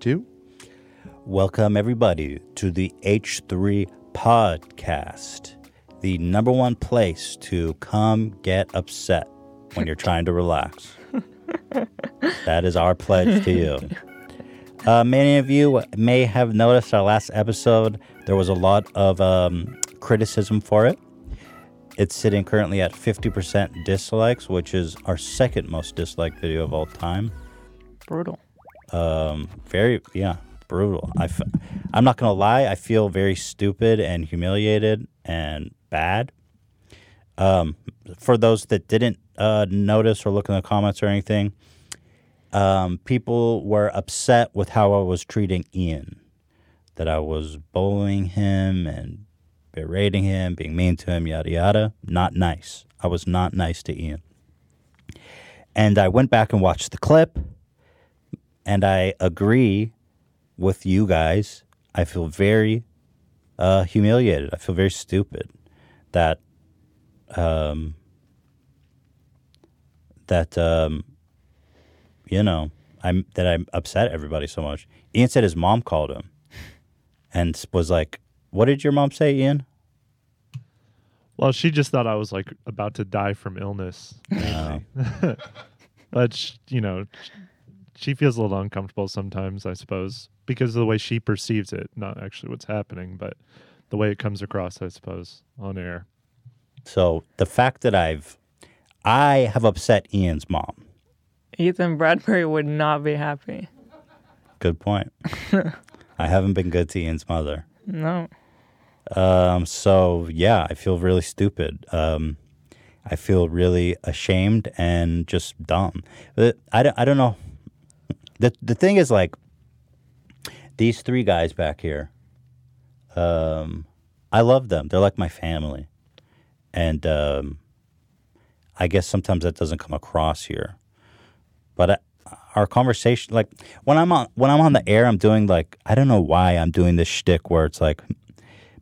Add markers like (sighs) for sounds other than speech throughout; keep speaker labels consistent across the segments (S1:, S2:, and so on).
S1: two.
S2: Welcome, everybody, to the H3 Podcast, the number one place to come get upset when you're trying to relax. that is our pledge to you. Uh, many of you may have noticed our last episode, there was a lot of um, criticism for it. It's sitting currently at 50% dislikes, which is our second most disliked video of all time.
S3: Brutal.
S2: Um, very, yeah, brutal. I f- I'm not gonna lie. I feel very stupid and humiliated and bad. Um, for those that didn't uh, notice or look in the comments or anything, um, people were upset with how I was treating Ian, that I was bullying him and berating him, being mean to him, yada yada. Not nice. I was not nice to Ian. And I went back and watched the clip, and I agree with you guys, I feel very uh, humiliated. I feel very stupid that um, that um, you know I'm that I'm upset everybody so much. Ian said his mom called him and s- was like, "What did your mom say, Ian?"
S1: Well, she just thought I was like about to die from illness. (laughs) but sh you know, sh- she feels a little uncomfortable sometimes, I suppose, because of the way she perceives it, not actually what's happening, but the way it comes across, I suppose, on air.
S2: So the fact that I've I have upset Ian's mom.
S3: Ethan Bradbury would not be happy.
S2: Good point. I haven't been good to Ian's mother.
S3: No.
S2: Um, so yeah, I feel really stupid. Um, I feel really ashamed and just dumb. But I don't, I don't know. The, the thing is like these three guys back here, um, I love them. They're like my family. And, um, I guess sometimes that doesn't come across here, but I, our conversation, like when I'm on, when I'm on the air, I'm doing like, I don't know why I'm doing this shtick where it's like,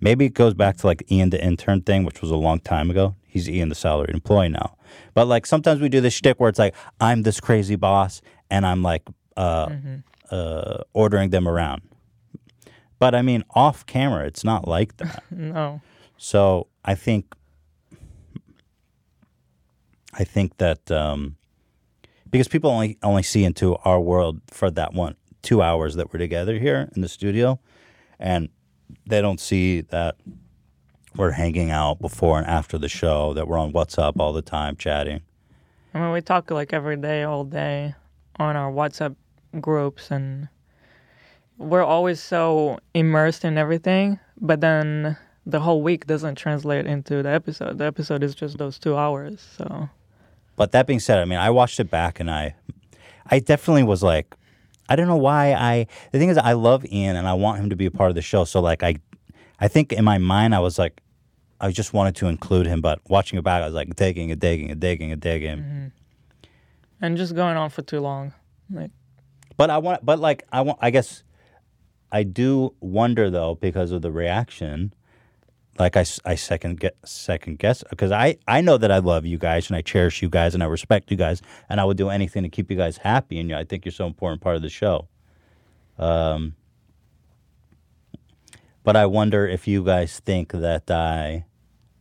S2: Maybe it goes back to like Ian the intern thing, which was a long time ago. He's Ian the salaried employee now. But like sometimes we do this shtick where it's like, I'm this crazy boss and I'm like uh, uh, ordering them around. But I mean, off camera, it's not like that.
S3: No.
S2: So I think I think that um, because people only only see into our world for that one two hours that we're together here in the studio, and they don't see that we're hanging out before and after the show, that we're on WhatsApp all the time chatting.
S3: I mean, we talk like every day, all day on our WhatsApp groups, and we're always so immersed in everything, but then the whole week doesn't translate into the episode. The episode is just those two hours, so.
S2: But that being said, I mean, I watched it back and I, I definitely was like, I don't know why I. The thing is, I love Ian and I want him to be a part of the show. So like, I, I think in my mind I was like, I just wanted to include him. But watching it back, I was like digging and digging and digging and digging.
S3: And just going on for too long. Like,
S2: But I want, but like I want, I guess, I do wonder though because of the reaction. Like I, s- I second guess, second guess because I, I know that I love you guys and I cherish you guys and I respect you guys and I would do anything to keep you guys happy and I think you're so important part of the show. Um, but I wonder if you guys think that I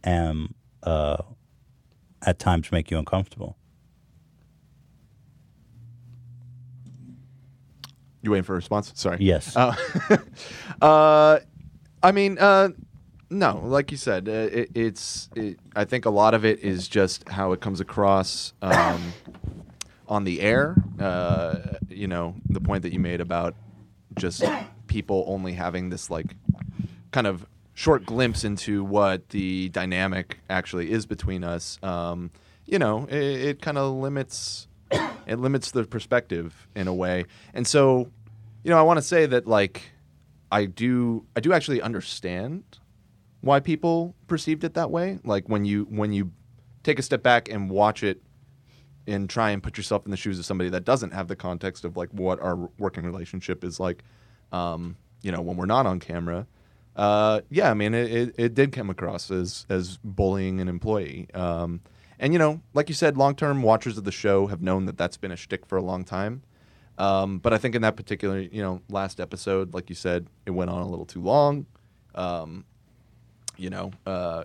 S2: am uh, at times make you uncomfortable.
S4: You waiting for a response? Sorry.
S2: Yes.
S4: (laughs) Uh, I mean, uh, no, like you said, uh, it, it's. It, I think a lot of it is just how it comes across um, on the air. Uh, you know, the point that you made about just people only having this like kind of short glimpse into what the dynamic actually is between us. Um, you know, it, it kind of limits. It limits the perspective in a way, and so, you know, I want to say that like I do I do actually understand why people perceived it that way. Like when you when you take a step back and watch it and try and put yourself in the shoes of somebody that doesn't have the context of like what our working relationship is like, um, you know, when we're not on camera. Uh, yeah, I mean, it, it, it did come across as as bullying an employee. Um, and you know, like you said, long term watchers of the show have known that that's been a shtick for a long time. Um, but I think in that particular, you know, last episode, like you said, it went on a little too long. Um, you know, uh,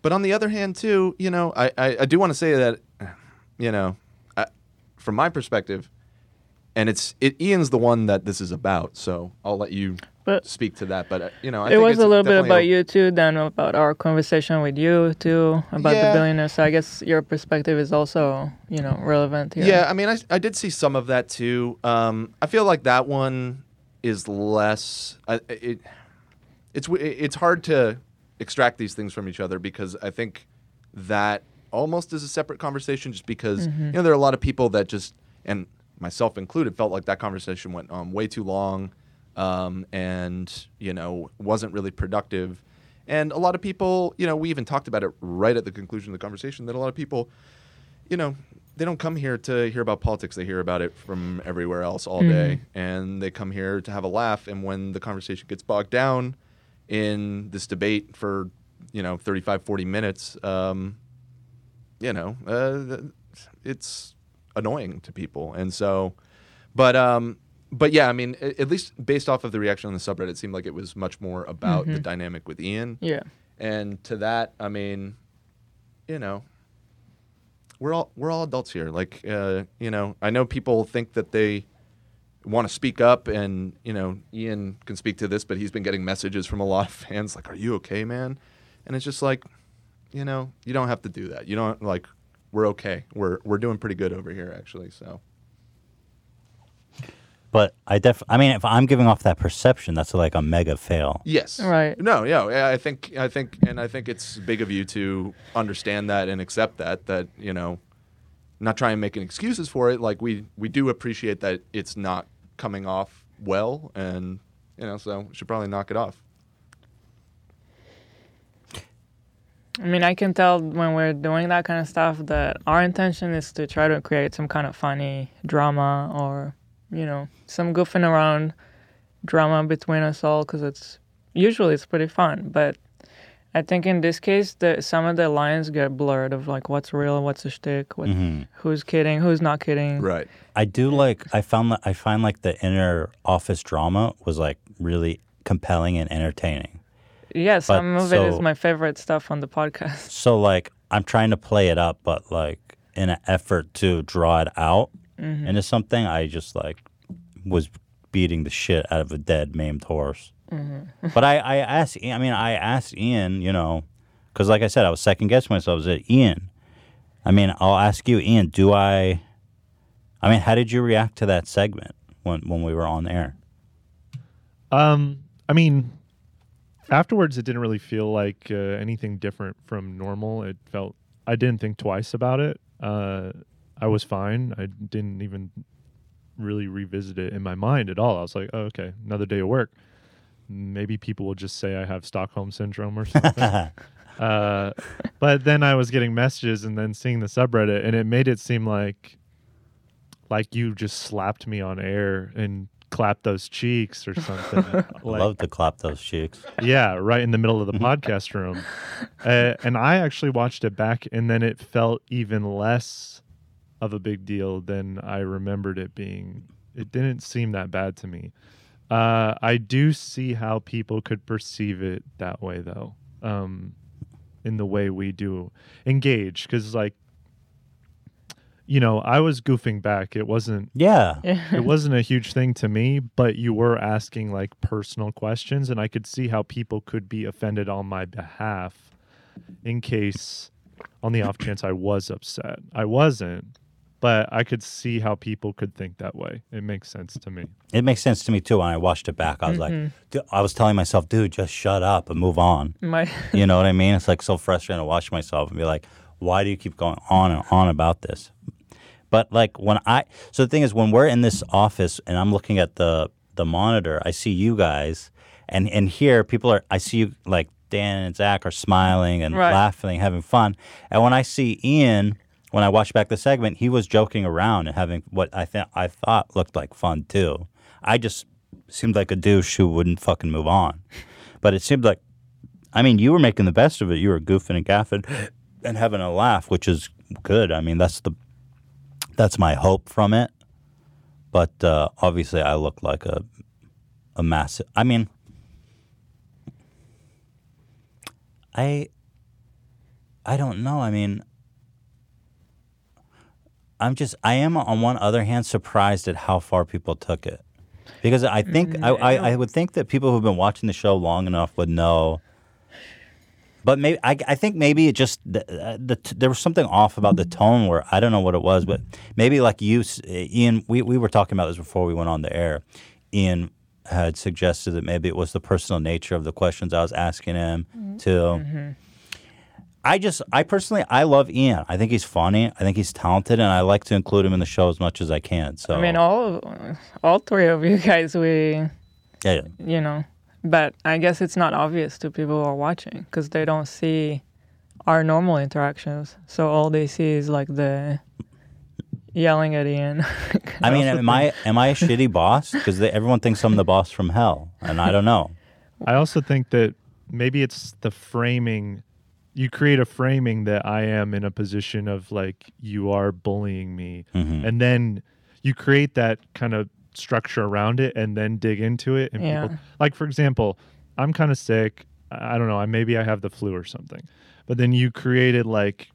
S4: but on the other hand, too, you know, I, I, I do want to say that, you know, I, from my perspective, and it's it Ian's the one that this is about, so I'll let you
S3: But-
S4: speak to that. But uh, you know, I
S3: it
S4: think
S3: was
S4: it's
S3: a little bit
S4: definitely
S3: about
S4: a-
S3: you too, then about our conversation with you too, about
S4: Yeah.
S3: the billionaire. So I guess your perspective is also, you know, relevant here.
S4: Yeah, I mean, I, I did see some of that too. Um, I feel like that one is less. I, it it's w- it's hard to extract these things from each other because I think that almost is a separate conversation. Just because you know there are a lot of people that just and myself included felt like that conversation went on way too long, um, and you know wasn't really productive. And a lot of people, you know, we even talked about it right at the conclusion of the conversation that a lot of people you know, they don't come here to hear about politics. They hear about it from everywhere else all day, and they come here to have a laugh. And when the conversation gets bogged down in this debate for, you know, 35, 40 minutes, um, you know, uh, th- it's annoying to people. And so, but, um, but yeah, I mean, a- at least based off of the reaction on the subreddit, it seemed like it was much more about the dynamic with Ian.
S3: Yeah.
S4: And to that, I mean, you know, we're all we're all adults here. Like, uh, you know, I know people think that they want to speak up, and you know, Ian can speak to this, but he's been getting messages from a lot of fans like, "Are you okay, man?" And it's just like, you know, you don't have to do that. You don't like. We're okay. We're we're doing pretty good over here, actually. So
S2: But I def I mean if I'm giving off that perception, that's like a mega fail.
S4: yes,
S3: Right.
S4: No, yeah, I- I think I think, and I think it's big of you to understand that and accept that. That you know, not try and make any excuses for it. Like we we do appreciate that it's not coming off well, and you know, so we should probably knock it off.
S3: I mean, I can tell when we're doing that kind of stuff that our intention is to try to create some kind of funny drama or, you know, some goofing around drama between us all because it's usually it's pretty fun. But I think in this case, the, some of the lines get blurred of like what's real, what's a shtick, what,
S2: Mm-hmm.
S3: who's kidding, who's not kidding.
S4: Right.
S2: I do like I found that I find like the inner office drama was like really compelling and entertaining.
S3: Yeah, some of it is
S2: so-
S3: my favorite stuff on the
S2: (laughs)
S3: podcast.
S2: So like I'm trying to play it up, but like in an effort to draw it out into something, I just like was beating the shit out of a dead maimed horse. but I, I asked, I mean, I asked Ian, you know, because like I said, I was second guessing myself. I said, Ian, I mean, I'll ask you, Ian, do I? I mean, how did you react to that segment when when we were on air?
S1: Um, I mean, afterwards, it didn't really feel like uh, anything different from normal. It felt I didn't think twice about it. Uh, I was fine. I didn't even really revisit it in my mind at all. I was like, oh, okay, another day of work. Maybe people will just say I have Stockholm syndrome or something. uh, but then I was getting messages and then seeing the subreddit, and it made it seem like like you just slapped me on air and clapped those cheeks or something. like,
S2: Love to clap those cheeks.
S1: (laughs) yeah, right in the middle of the podcast room. Uh, and I actually watched it back, and then it felt even less of a big deal than I remembered it being. It didn't seem that bad to me. Uh, I do see how people could perceive it that way, though, um, in the way we do engage. Because, like, you know, I was goofing back. It wasn't
S4: (laughs)
S2: Yeah.
S1: it wasn't a huge thing to me, but you were asking like personal questions, and I could see how people could be offended on my behalf in case, on the off chance, I was upset. I wasn't, but I could see how people could think that way. It makes sense to me.
S2: It makes sense to me too. When I watched it back, I was like, d- I was telling myself, dude, just shut up and move on.
S3: My,
S2: You know what I mean? It's like so frustrating to watch myself and be like, why do you keep going on and on about this? But like when I, so the thing is, when we're in this office and I'm looking at the the monitor, I see you guys, and and here people are. I see you like Dan and Zach are smiling and
S3: Right.
S2: laughing, having fun. And when I see Ian, when I watch back the segment, he was joking around and having what I think I thought looked like fun too. I just seemed like a douche who wouldn't fucking move on. But it seemed like I mean, you were making the best of it. You were goofing and gaffing and having a laugh, which is good. I mean, that's the that's my hope from it. But uh, obviously, I look like a a massive. I mean, I I don't know. I mean, I'm just I am on one other hand surprised at how far people took it because I think I, I I would think that people who've been watching the show long enough would know. But maybe I, I think maybe it just the, uh, the t- there was something off about the tone where I don't know what it was, but maybe like you, s- uh, Ian, we, we were talking about this before we went on the air. Ian had suggested that maybe it was the personal nature of the questions I was asking him
S3: Mm-hmm.
S2: to. I just, I personally, I love Ian. I think he's funny. I think he's talented, and I like to include him in the show as much as I can. So
S3: I mean, all of, all three of you guys, we
S2: yeah,
S3: you know, but I guess it's not obvious to people who are watching because they don't see our normal interactions. So all they see is like the yelling at Ian. (laughs)
S2: I mean, am I am I a shitty boss? Because everyone thinks I'm the boss from hell, and I don't know.
S1: I also think that maybe it's the framing. You create a framing that I am in a position of like you are bullying me, and then you create that kind of structure around it, and then dig into it. And
S3: Yeah.
S1: people, like for example, I'm kind of sick. I I don't know. I maybe I have the flu or something, but then you created like.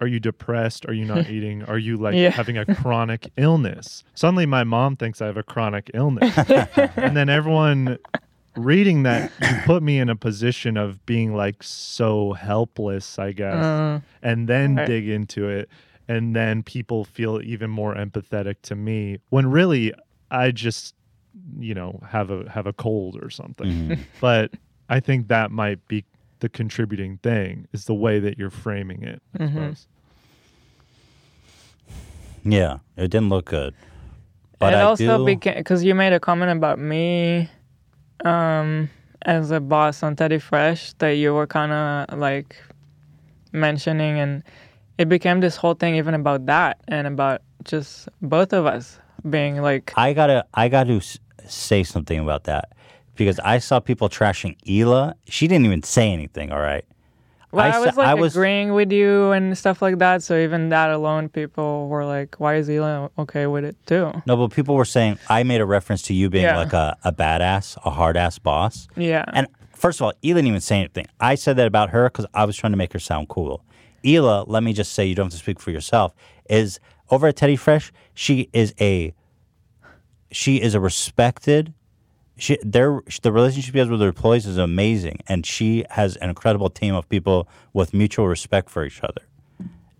S1: Are you depressed? Are you
S3: (laughs)
S1: not eating? Are you like
S3: Yeah.
S1: having a
S3: (laughs)
S1: chronic illness? Suddenly, my mom thinks I have a chronic
S3: (laughs)
S1: illness. and then everyone reading that you put me in a position of being like so helpless i guess
S3: Uh,
S1: and then
S3: Right.
S1: dig into it and then people feel even more empathetic to me when really i just you know have a have a cold or something but i think that might be the contributing thing is the way that you're framing it i
S3: Mm-hmm.
S1: suppose
S2: Yeah, it didn't look good. But
S3: it
S2: I
S3: also
S2: do.
S3: because you made a comment about me um, as a boss on Teddy Fresh that you were kind of like mentioning, and it became this whole thing even about that and about just both of us being like,
S2: I gotta I gotta s- say something about that because I saw people trashing Hila. She didn't even say anything. All right.
S3: well, I,
S2: s-
S3: was like
S2: I was-
S3: agreeing with you and stuff like that. So even that alone, people were like, why is Elon okay with it too?
S2: No, but people were saying I made a reference to you being
S3: Yeah.
S2: like a, a badass, a hard ass boss.
S3: Yeah.
S2: And first of all, Ela didn't even say anything. I said that about her because I was trying to make her sound cool. Ela, let me just say, you don't have to speak for yourself. Is over at Teddy Fresh, she is a she is a respected. She, their the relationship she has with her employees is amazing, and she has an incredible team of people with mutual respect for each other.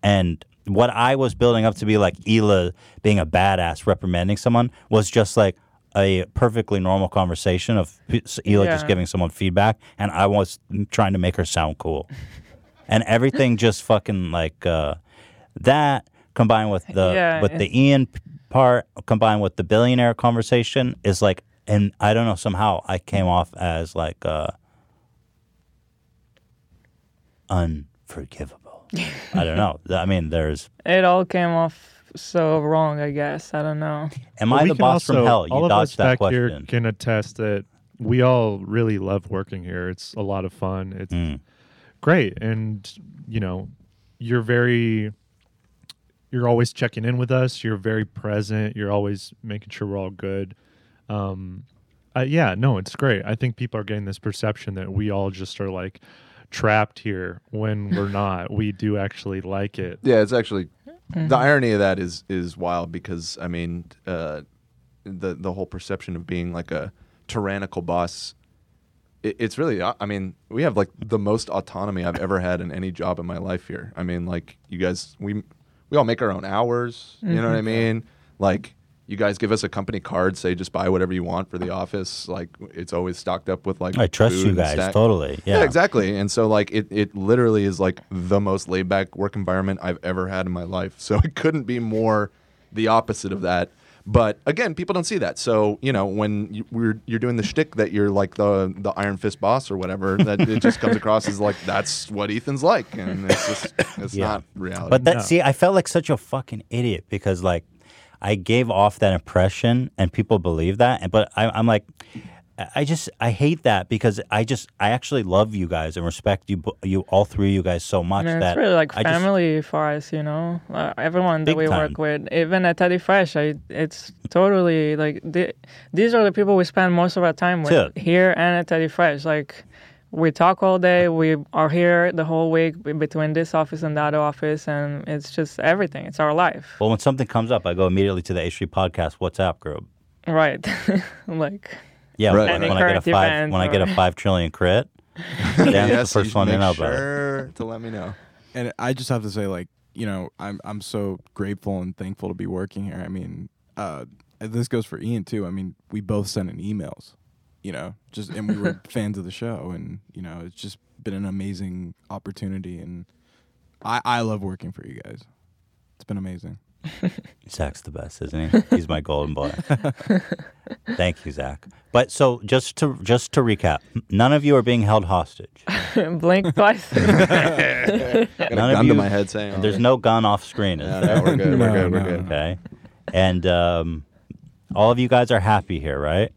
S2: And what I was building up to be like Ela being a badass reprimanding someone was just like a perfectly normal conversation of p- Ela just
S3: Yeah.
S2: giving someone feedback, and I was trying to make her sound cool, and everything just fucking like uh, that combined with the
S3: Yeah,
S2: with Uh, the Ian p- part combined with the billionaire conversation is like, and I don't know somehow I came off as like uh, unforgivable. I don't know. I mean, there's
S3: it all came off so wrong, I guess. I don't know.
S2: Am
S1: But
S2: I
S1: we
S2: the
S1: can
S2: boss from
S1: also-
S2: hell?
S1: all
S2: You
S1: of us
S2: dodged that
S1: back here
S2: question.
S1: can attest that we all really love working here. It's a lot of fun. It's
S2: Hmm.
S1: great, and you know, you're very, you're always checking in with us. You're very present. You're always making sure we're all good. Um, uh, yeah, no, it's great. I think people are getting this perception that we all just are like trapped here when we're not. We do actually like it.
S4: Yeah, it's actually the irony of that is is wild because I mean, uh, the the whole perception of being like a tyrannical boss. It, it's really, uh, I I mean, we have like the most autonomy I've ever had in any job in my life here. I mean, like you guys, we we all make our own hours. You know what I mean? Like you guys give us a company card, say just buy whatever you want for the office. Like it's always stocked up with like
S2: I trust
S4: food
S2: you
S4: and
S2: guys
S4: snack-
S2: totally. Yeah,
S4: yeah. exactly. And so like it, it literally is like the most laid back work environment I've ever had in my life. So (laughs) it couldn't be more the opposite of that. But again, people don't see that. So you know when you, we're, you're doing the shtick that you're like the the Iron Fist boss or whatever, that it just comes across as like that's what Ethan's like, and it's just (laughs) it's not reality.
S2: But that see, I felt like such a fucking idiot because like I gave off that impression and people believe that. And but I, I'm like, I- I just I hate that because I just I actually love you guys and respect you bo- you all three of you guys so much
S3: I mean,
S2: that
S3: it's really like
S2: I just-
S3: family for us, you know. Uh, everyone that
S2: Big
S3: we
S2: time.
S3: work with, even at Teddy Fresh, I, it's totally like the, these are the people we spend most of our time with
S2: Dude.
S3: here and at Teddy Fresh. Like we talk all day. We are here the whole week be- between this office and that office, and it's just everything. It's our life,
S2: well when something comes up I go immediately to the H three podcast WhatsApp group.
S3: right? (laughs) like
S2: Yeah,
S4: Right.
S2: when,
S4: Any
S2: when I get a
S3: current
S2: five
S3: event
S2: when I get a
S3: or- (laughs)
S2: five trillion
S4: (laughs)
S2: crit, then it's
S4: Yes,
S2: the
S4: you
S2: first one to
S4: make
S2: know about it.
S4: sure to let me know.
S5: and I just have to say, like, you know, I'm I'm so grateful and thankful to be working here. I mean, uh, and this goes for Ian too. I mean, we both sent in emails, you know, just and we were fans of the show, and you know, it's just been an amazing opportunity, and I I love working for you guys. It's been amazing.
S2: (laughs) Zach's the best, isn't
S5: (laughs)
S2: he? He's my golden
S4: (laughs)
S2: boy. Thank you, Zach. But so just to just to recap, none of you are being held
S4: (laughs)
S2: hostage.
S3: (laughs)
S2: (laughs)
S3: blink twice.
S4: Got a
S2: None of
S4: gun
S2: you-
S4: to my head saying, oh,
S2: There's no gun off screen. Is
S4: no,
S2: there?
S4: no, we're good, we're
S5: No,
S4: good, we're
S5: no,
S4: good.
S5: no.
S2: Okay. And um, all of you guys are happy here, right?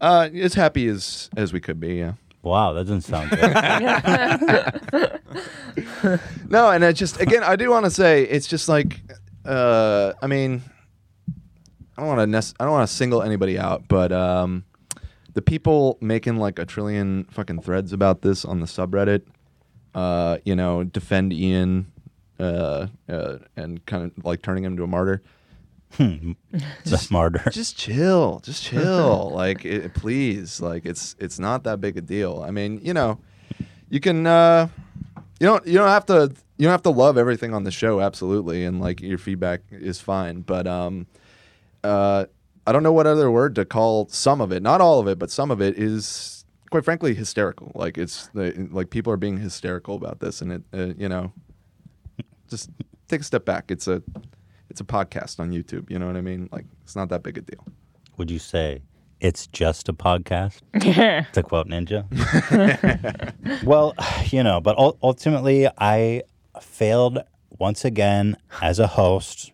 S4: Uh, as happy as as we could be, yeah.
S2: Wow, that doesn't
S4: (laughs)
S2: sound good.
S4: (laughs) No, and I just again, I do want to say it's just like, uh, I mean, I don't want to nec- I don't want to single anybody out, but um, the people making like a trillion fucking threads about this on the subreddit, uh, you know, defend Ian, uh, uh and kind of like turning him into a martyr.
S2: the martyr.
S4: Just chill, just chill. like, it, please, like it's it's not that big a deal. I mean, you know, you can uh, you don't you don't have to you don't have to love everything on the show absolutely, and like your feedback is fine. But um, uh, I don't know what other word to call some of it. Not all of it, but some of it is quite frankly hysterical. Like it's like people are being hysterical about this, and it uh, you know, just take a step back. It's a it's a podcast on YouTube. You know what I mean? Like it's not that big a deal.
S2: Would you say it's just a podcast?
S3: yeah.
S2: to quote Ninja. (laughs) well, you know, but ul- ultimately, I failed once again as a host.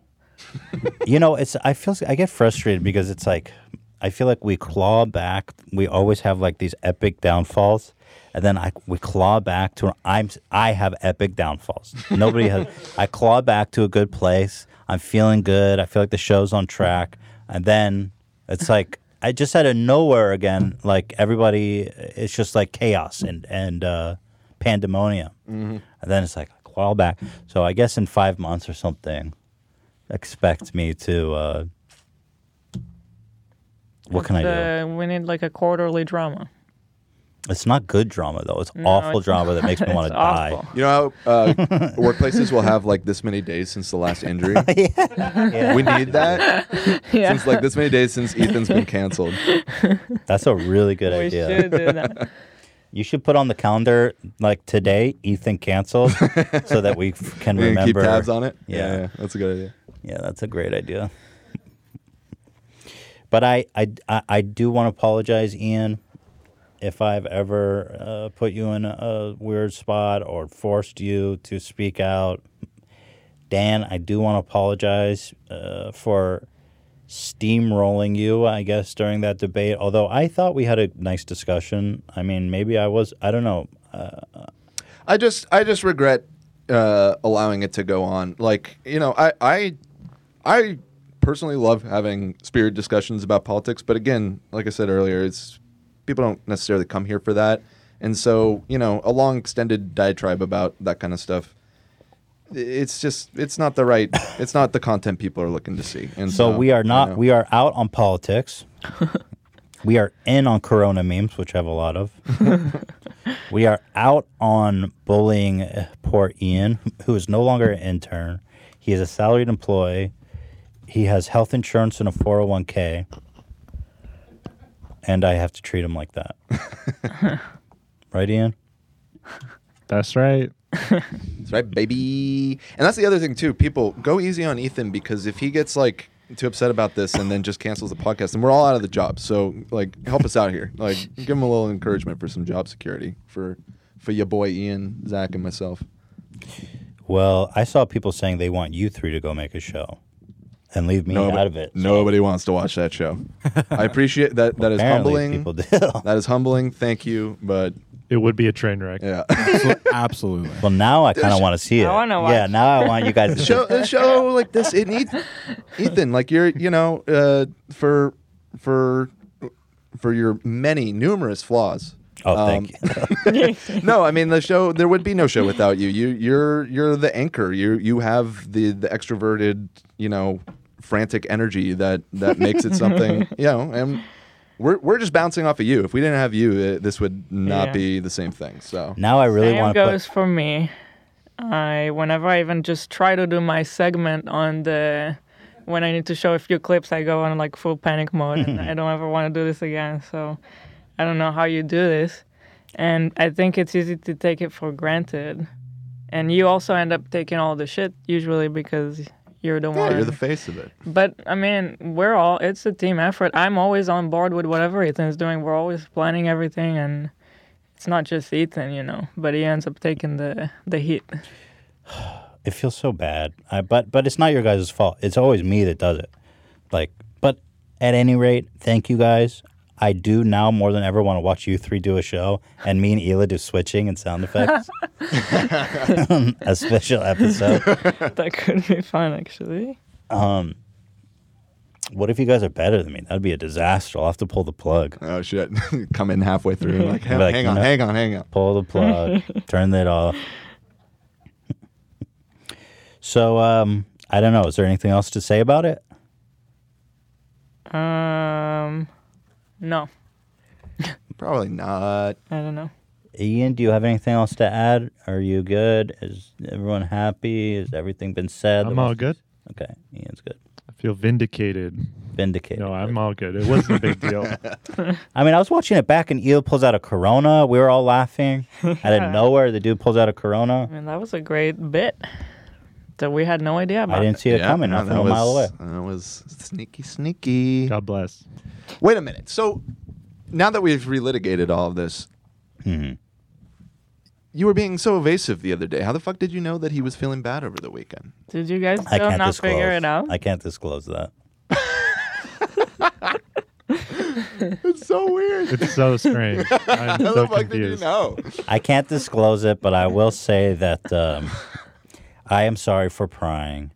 S2: you know, it's I feel I get frustrated because it's like I feel like we claw back. We always have like these epic downfalls, and then I we claw back to I'm I have epic downfalls. Nobody has. (laughs) I claw back to a good place. I'm feeling good. I feel like the show's on track, and then it's like I just out of nowhere again. Like everybody, it's just like chaos and and uh, pandemonium, and then it's like I claw back. So I guess in five months or something expect me to uh what can I
S3: Uh, we need like a quarterly drama.
S2: do? It's not good drama though. It's
S3: No,
S2: awful
S3: it's
S2: drama that makes me
S3: (laughs)
S2: want
S3: It's
S2: to die.
S3: awful.
S4: You know how
S2: (laughs)
S4: uh, workplaces will have like this many days since the last
S2: (laughs)
S4: injury.
S2: Yeah.
S4: We need that
S3: Yeah.
S4: since like this many days since
S2: (laughs)
S4: Ethan's been canceled.
S2: That's a really good
S3: we
S2: idea.
S3: should do that.
S2: (laughs) You should put on the calendar like today Ethan canceled so that
S4: (laughs)
S2: we f- can
S4: We can keep
S2: remember
S4: tabs on it.
S2: Yeah.
S4: that's a good idea.
S2: Yeah, that's a great idea. But I I, I, I do want to apologize, Ian, if I've ever uh, put you in a weird spot or forced you to speak out. Dan, I do want to apologize uh, for steamrolling you, I guess, during that debate. Although I thought we had a nice discussion. I mean, maybe I was, I don't know. uh,
S4: I just I just regret uh, allowing it to go on. Like you know, I I I personally love having spirit discussions about politics, but again, like I said earlier, it's people don't necessarily come here for that, and so you know, a long extended diatribe about that kind of stuff. i- It's just it's not the right it's not the content people are looking to see. And
S2: So
S4: so,
S2: we are
S4: you know.
S2: not. We are out on
S4: (laughs)
S2: politics. we are in on Corona memes, which I have a lot
S4: (laughs)
S2: of. we are out on bullying uh, poor Ian, who is no longer an intern. He is a salaried employee. He has health insurance and a four hundred one k. And I have to treat him like that,
S4: (laughs)
S2: right, Ian?
S1: That's right.
S4: (laughs) That's right, baby. And that's the other thing too. People go easy on Ethan because if he gets like too upset about this and then just cancels the podcast, then we're all out of the job. So like, help us out here. Like, give him a little encouragement for some job security for for your boy Ian, Zach, and myself.
S2: Well, I saw people saying they want you three to go make a show. and leave me
S4: Nobody-
S2: out of it.
S4: Nobody wants to watch that show. I appreciate that. That is
S2: Apparently
S4: humbling.
S2: people do.
S4: That is humbling. Thank you, but
S1: It would be a train wreck.
S4: yeah,
S1: (laughs)
S4: (laughs)
S5: Absol- Absolutely.
S2: well, now I kind of want to see it.
S3: wanna
S2: Yeah,
S3: watch.
S2: now I want you
S4: (laughs)
S2: guys to
S4: show a show like this. It needs Ethan. Like you're, you know, uh, for for for your many numerous flaws.
S2: Oh,
S4: um,
S2: thank you.
S4: (laughs) no, I mean the show. There would be no show without you. You you're you're the anchor. You you have the the extroverted, you know, frantic energy that that makes it
S3: (laughs)
S4: something. You know, and we're we're just bouncing off of you. If we didn't have you, uh this would not
S3: Yeah.
S4: be the same thing. So
S2: Now I really
S3: Same
S2: want to
S3: goes
S2: put.
S3: for me. I whenever I even just try to do my segment on the when I need to show a few clips, I go on like full panic mode,
S2: (laughs)
S3: and I don't ever want to do this again. So I don't know how you do this, and I think it's easy to take it for granted, and you also end up taking all the shit usually because you're the
S4: yeah,
S3: one.
S4: you're the face of it.
S3: But I mean, we're all, it's a team effort. I'm always on board with whatever Ethan's doing. We're always planning everything and it's not just Ethan, you know, but he ends up taking the, the heat.
S2: It feels so bad. I, but but it's not your guys' fault. It's always me that does it. Like, but at any rate, thank you guys. I do now more than ever want to watch you three do a show and me and Ela do switching and sound
S4: (laughs)
S2: effects. (laughs) a special episode.
S3: (laughs) that could be fun, actually.
S2: Um, What if you guys are better than me? That'd be a disaster. I'll have to pull the plug.
S4: Oh shit! (laughs) Come in halfway through. and Like, hang,
S2: Like,
S4: hang on,
S2: no.
S4: hang on, hang on.
S2: Pull the
S4: (laughs)
S2: plug. turn it off. (laughs) so um, I don't know. Is there anything else to say about it?
S3: Um, no,
S4: Probably not.
S3: I don't know.
S2: Ian, do you have anything else to add? Are you good? Is everyone happy? Has everything been said?
S1: I'm all good.
S2: Okay, Ian's good.
S1: I feel vindicated.
S2: Vindicated.
S1: No, I'm all good. It wasn't a big deal.
S2: (laughs) I mean, I was watching it back, and Eel pulls out a Corona. We were all laughing. out of nowhere, the dude pulls out a Corona.
S3: I mean, that was a great bit that we had no idea about.
S2: I didn't see it coming.
S4: no,
S2: Not from a mile away.
S4: That was sneaky, sneaky.
S1: God bless.
S4: Wait a minute. So now that we've relitigated all of this,
S2: Mm-hmm.
S4: you were being so evasive the other day. How the fuck did you know that he was feeling bad over the weekend?
S3: Did you guys still
S2: I can't
S3: not
S2: disclose.
S3: figure it out?
S2: I can't disclose that.
S4: (laughs) It's so weird.
S1: It's so
S4: (laughs)
S1: strange. I'm
S4: How
S1: so
S4: the fuck did you
S1: confused.
S4: know?
S2: I can't disclose it, but I will say that um, I am sorry for prying.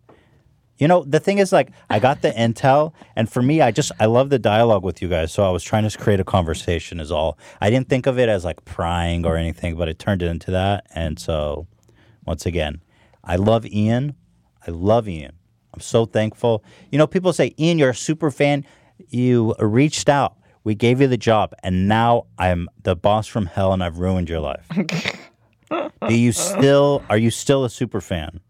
S2: You know, the thing is, like, I got the intel, and for me, I just I love the dialogue with you guys. So I was trying to create a conversation, is all. I didn't think of it as like prying or anything, but it turned it into that. And so, once again, I love Ian. I love Ian. I'm so thankful. You know, people say, Ian, you're a super fan. You reached out. We gave you the job, and now I'm the boss from hell, and I've ruined your life. Do you still? Are you still a super fan?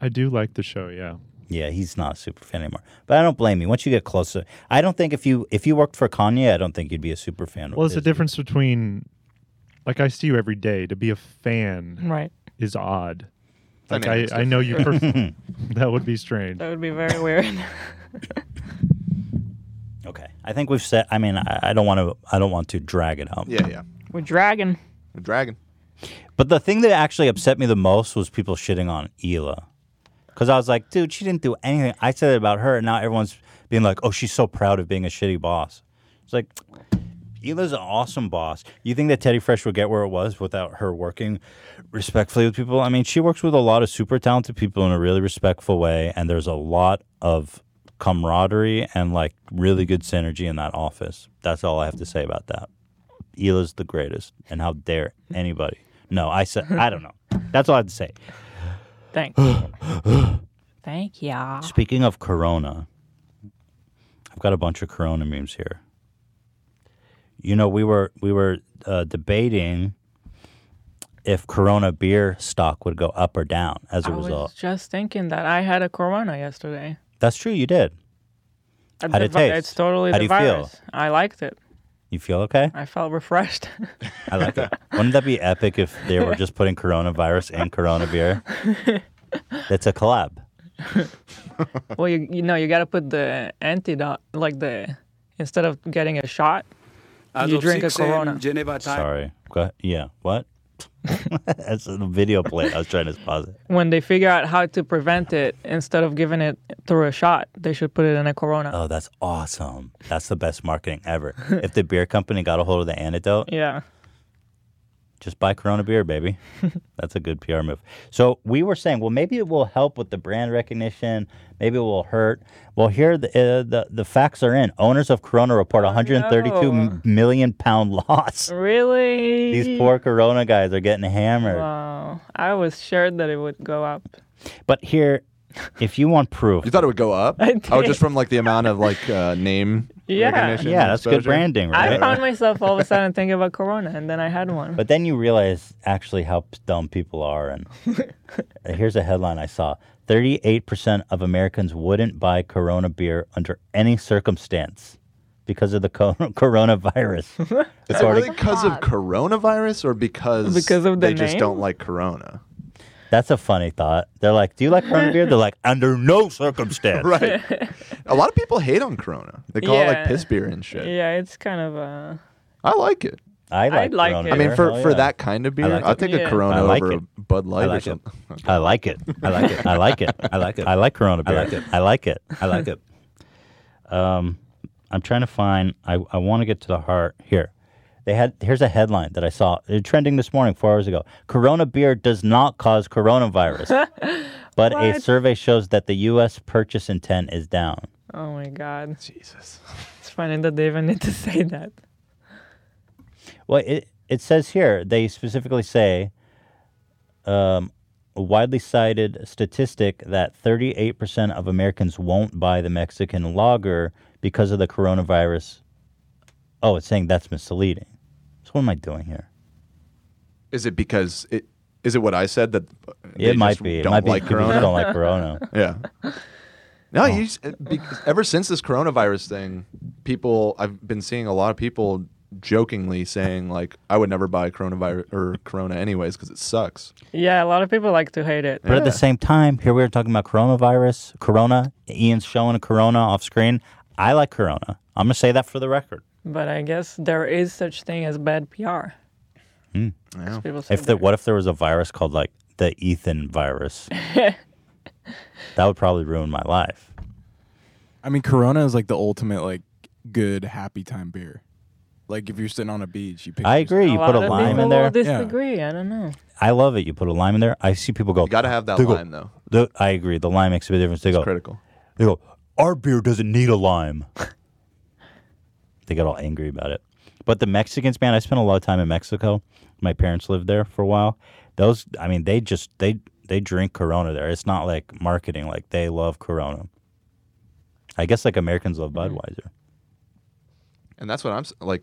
S1: I do like the show, yeah.
S2: Yeah, he's not a super fan anymore. But I don't blame you. Once you get closer, I don't think if you if you worked for Kanye, I don't think you'd be a super fan.
S1: Well, it's a
S2: Is-
S1: difference between like I see you every day. To be a fan
S3: Right.
S1: is odd. Like I,
S4: Dynamic's
S1: I
S2: (laughs)
S1: know you personally. that would be strange.
S3: That would be very weird.
S2: Okay, I think we've said. I mean, I, I don't want to. I don't want to drag it out.
S4: Yeah, yeah.
S3: We're dragging.
S4: A dragon.
S2: But the thing that actually upset me the most was people shitting on Hila, because I was like, dude, she didn't do anything. I said it about her, and now everyone's being like, oh, she's so proud of being a shitty boss. It's like. Hila's an awesome boss. You think that Teddy Fresh would get where it was without her working respectfully with people? I mean, she works with a lot of super talented people in a really respectful way, and there's a lot of camaraderie and like really good synergy in that office. That's all I have to say about that. Hila's the greatest, and how dare anybody? No, I said I don't know. That's all I have to say. (gasps)
S3: Thanks. Thank ya.
S2: Speaking of Corona, I've got a bunch of Corona memes here. You know, we were we were uh, debating if Corona beer stock would go up or down as a
S3: I was
S2: result.
S3: just thinking that I had a corona yesterday.
S2: That's true. You did.
S3: How'd
S2: How'd it taste?
S3: It's totally
S2: How'd
S3: the
S2: you feel?
S3: virus. I liked it.
S2: You feel okay?
S3: I felt refreshed. (laughs)
S2: I like it. Wouldn't that be epic if they were just putting coronavirus in
S3: (laughs)
S2: Corona beer? That's a collab.
S3: well, you you know you gotta put the antidote like the instead of getting a shot, you drink a corona.
S2: Sorry. Go ahead. Yeah. What? (laughs) That's a video play. I was trying to pause it.
S3: When they figure out how to prevent it, instead of giving it through a shot, they should put it in a Corona.
S2: Oh, that's awesome. That's the best marketing
S3: (laughs)
S2: ever. if the beer company got a hold of the antidote,
S3: Yeah.
S2: just buy Corona
S3: (laughs)
S2: beer, baby. That's a good PR move. So we were saying, well, maybe it will help with the brand recognition. Maybe it will hurt. Well, here the uh, the, the facts are in. Owners of Corona report 132
S3: no.
S2: million pound loss.
S3: Really?
S2: These poor Corona guys are getting hammered.
S3: Wow. I was sure that it would go up.
S2: But here, if you want proof,
S4: You thought it would go up?
S3: (laughs) I did.
S4: Oh, just from like the amount of like uh, name
S3: (laughs) Yeah.
S4: recognition.
S2: yeah, that's good
S4: exposure?
S2: branding, right?
S3: I found myself all of a
S2: (laughs)
S3: sudden thinking about Corona, and then I had one.
S4: (laughs)
S2: But then you realize actually how p- dumb people
S3: (laughs)
S2: are. And Uh, here's a headline I saw 38% of Americans wouldn't buy Corona beer under any circumstance because of the
S3: (laughs)
S2: co- (laughs) coronavirus.
S4: Is it
S2: Sorry.
S4: really because of coronavirus or because,
S3: Because of the
S4: they just
S3: name?
S4: don't like corona?
S2: That's a funny thought. They're like, Do you like Corona beer? They're like, Under no
S3: (laughs)
S2: circumstance.
S4: (laughs) Right. a lot of people hate on corona. They call it like
S3: Yeah.
S4: piss beer and shit.
S3: yeah, it's kind of a.
S4: I like it.
S2: I like,
S3: like
S2: Corona
S3: it.
S4: I mean,
S2: beer.
S4: for,
S2: Hell
S4: for
S2: yeah.
S4: that kind of beer,
S2: like
S4: I'll
S2: it.
S4: take
S3: Yeah.
S4: a corona
S2: I like
S4: over
S2: it.
S4: a Bud Light
S6: I
S4: or
S6: like it.
S4: something.
S2: I like it. I like it. I like
S4: (laughs)
S2: it.
S6: I like it.
S2: I like Corona
S6: I
S2: beer.
S6: like it.
S2: I like it. Um,
S6: I like it.
S2: I'm trying to find. I, I want to get to the heart here. They had here's a headline that I saw uh, trending this morning, four hours ago. Corona beer does not cause
S3: (laughs)
S2: coronavirus, but a
S3: What?
S2: survey shows that the U.S. purchase intent is down.
S3: Oh my God.
S4: Jesus.
S3: It's funny that they even need to (laughs) say that.
S2: Well, it it says here they specifically say um, a widely cited statistic that 38% of Americans won't buy the Mexican lager because of the coronavirus. Oh, it's saying that's misleading. So what am I doing here?
S4: Is it because it? Is it what I said that uh, they
S2: it might
S4: just
S2: be. It
S4: don't
S2: might be
S4: like
S2: people
S4: corona?
S2: don't like Corona.
S4: (laughs) Yeah. No, you just, it- because ever since this coronavirus thing, people I've been seeing a lot of people jokingly saying like, "I would never buy coronavirus or Corona anyways because it sucks."
S3: Yeah, a lot of people like to hate it.
S2: But at the same time, here we are talking about coronavirus, Corona. Ian's showing a Corona off screen. I like Corona. I'm gonna say that for the record.
S3: But I guess there is such thing as bad PR. 'Cause people say
S2: If the,
S3: that-
S2: what if there was a virus called like the
S3: (laughs)
S2: Ethan virus? that would probably ruin my life.
S5: I mean, Corona is like the ultimate like good happy time beer. Like if you're sitting on a beach, you pick.
S2: I agree. You
S3: lot
S2: put a
S3: of
S2: lime
S3: people
S2: in
S3: will
S2: there.
S3: disagree. I don't know.
S2: I love it. You put a lime in there. I see people go.
S4: You got to have that
S2: They go,
S4: lime though.
S2: "The- I agree. The lime makes a big difference. They go.
S4: Critical.
S2: They go. Our beer doesn't need a lime. (laughs) they got all angry about it. But the Mexicans, man, I spent a lot of time in Mexico. My parents lived there for a while. Those, I mean, they just they they drink Corona there. It's not like marketing. Like they love Corona. I guess like Americans love
S4: Mm-hmm.
S2: Budweiser.
S4: And that's what I'm s- like.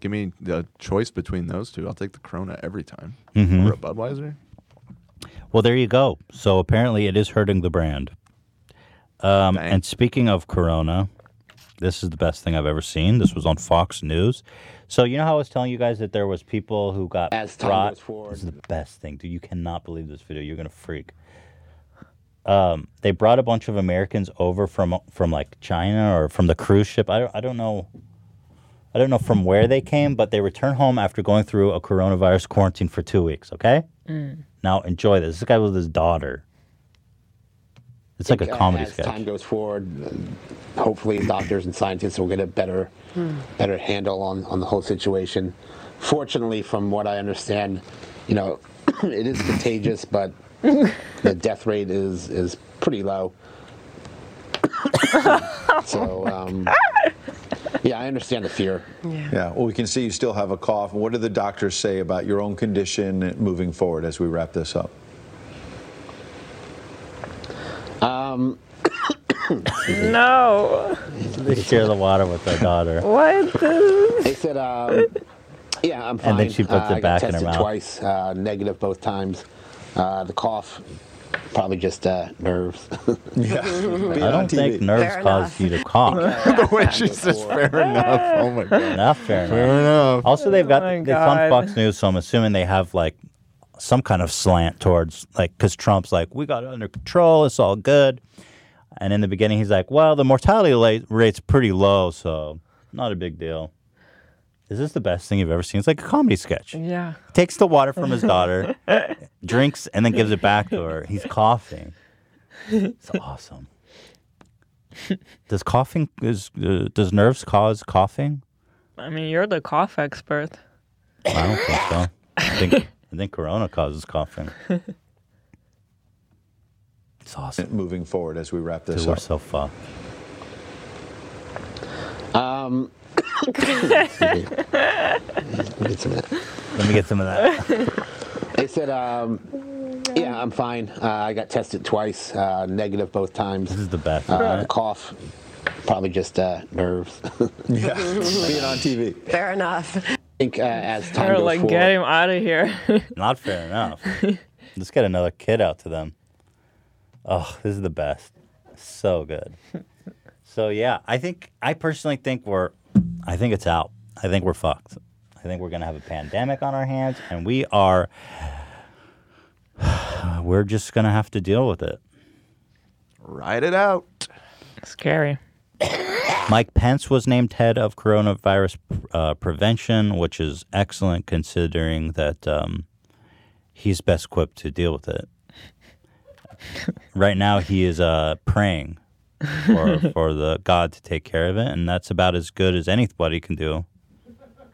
S4: Give me the choice between those two. I'll take the Corona every time.
S2: Mm-hmm.
S4: Or a Budweiser.
S2: Well, there you go. So apparently, it is hurting the brand. Um,
S4: Dang.
S2: and speaking of Corona, this is the best thing I've ever seen. This was on Fox News. So you know how I was telling you guys that there was people who got
S6: As time
S2: brought.
S6: goes forward.
S2: This is the best thing, dude. You cannot believe this video. You're gonna freak. Um, they brought a bunch of Americans over from from like China or from the cruise ship. I don't, I don't know. I don't know from where they came, but they returned home after going through a coronavirus quarantine for two weeks. Okay.
S3: Mm.
S2: Now enjoy this. This guy was with his daughter. It's like a
S6: think, uh,
S2: comedy
S6: as
S2: sketch.
S6: time goes forward, hopefully doctors and scientists will get a better, better handle on, on the whole situation. Fortunately, from what I understand, you know, (coughs) it is contagious, but the death rate is is pretty low. so, um, yeah, I understand the fear.
S7: Yeah, well, we can see you still have a cough. What do the doctors say about your own condition moving forward as we wrap this up?
S6: Um, (coughs)
S3: No.
S2: they
S3: (laughs)
S2: share the water with their daughter.
S3: What?
S6: They said, um, yeah, I'm fine.
S2: then she puts
S6: uh,
S2: it
S6: I got
S2: back in her
S6: tested
S2: mouth.
S6: twice, uh, negative both times. Uh, the cough, probably just uh, nerves. (laughs)
S7: Yeah, Being
S2: I
S7: on
S2: don't
S7: TV.
S2: think nerves
S8: Fair
S2: cause you to (laughs) cough.
S4: (laughs) the way she says, "Fair enough." Oh my god.
S2: Not fair enough.
S4: Fair enough.
S2: Also, they've got
S3: Oh my
S2: it's on
S3: God.
S2: Fox News, so I'm assuming they have like some kind of slant towards like because Trump's like, we got it under control, it's all good. And in the beginning, he's like, well, the mortality la- rate's pretty low, so not a big deal. Is this the best thing you've ever seen? It's like a comedy sketch.
S3: Yeah.
S2: Takes the water from his
S3: (laughs)
S2: daughter, drinks, and then gives it back to her. He's coughing.
S3: (laughs)
S2: It's awesome. Does coughing is uh, does nerves cause coughing?
S3: I mean, you're the cough expert.
S2: I don't think so. I think I think corona causes coughing. It's awesome.
S7: moving forward as we wrap this
S2: Dude, we're
S7: up?
S2: so fucked.
S6: Um, excuse me. Let me get some of that.
S2: Let me get some of that.
S6: They said, um, yeah, I'm fine. Uh, I got tested twice, uh, negative both times.
S2: This is the best.
S6: Uh, cough, probably just uh, nerves. (laughs) I
S7: Yeah, being on TV.
S8: Fair enough.
S6: think uh, as time
S3: They're
S6: goes
S3: like,
S6: forward,
S3: get him out of here. (laughs)
S2: Not fair enough. Let's get another kid out to them. Oh, this is the best. So good. So yeah, I think I personally think we're I think it's out. I think we're fucked. I think we're gonna have a pandemic on our hands and we are (sighs) we're just gonna have to deal with it.
S4: Ride it out.
S3: Scary.
S2: Mike Pence was named head of coronavirus uh, prevention, which is excellent considering that um, he's best equipped to deal with it. right now, he is uh, praying for, for the God to take care of it, and that's about as good as anybody can do. Um,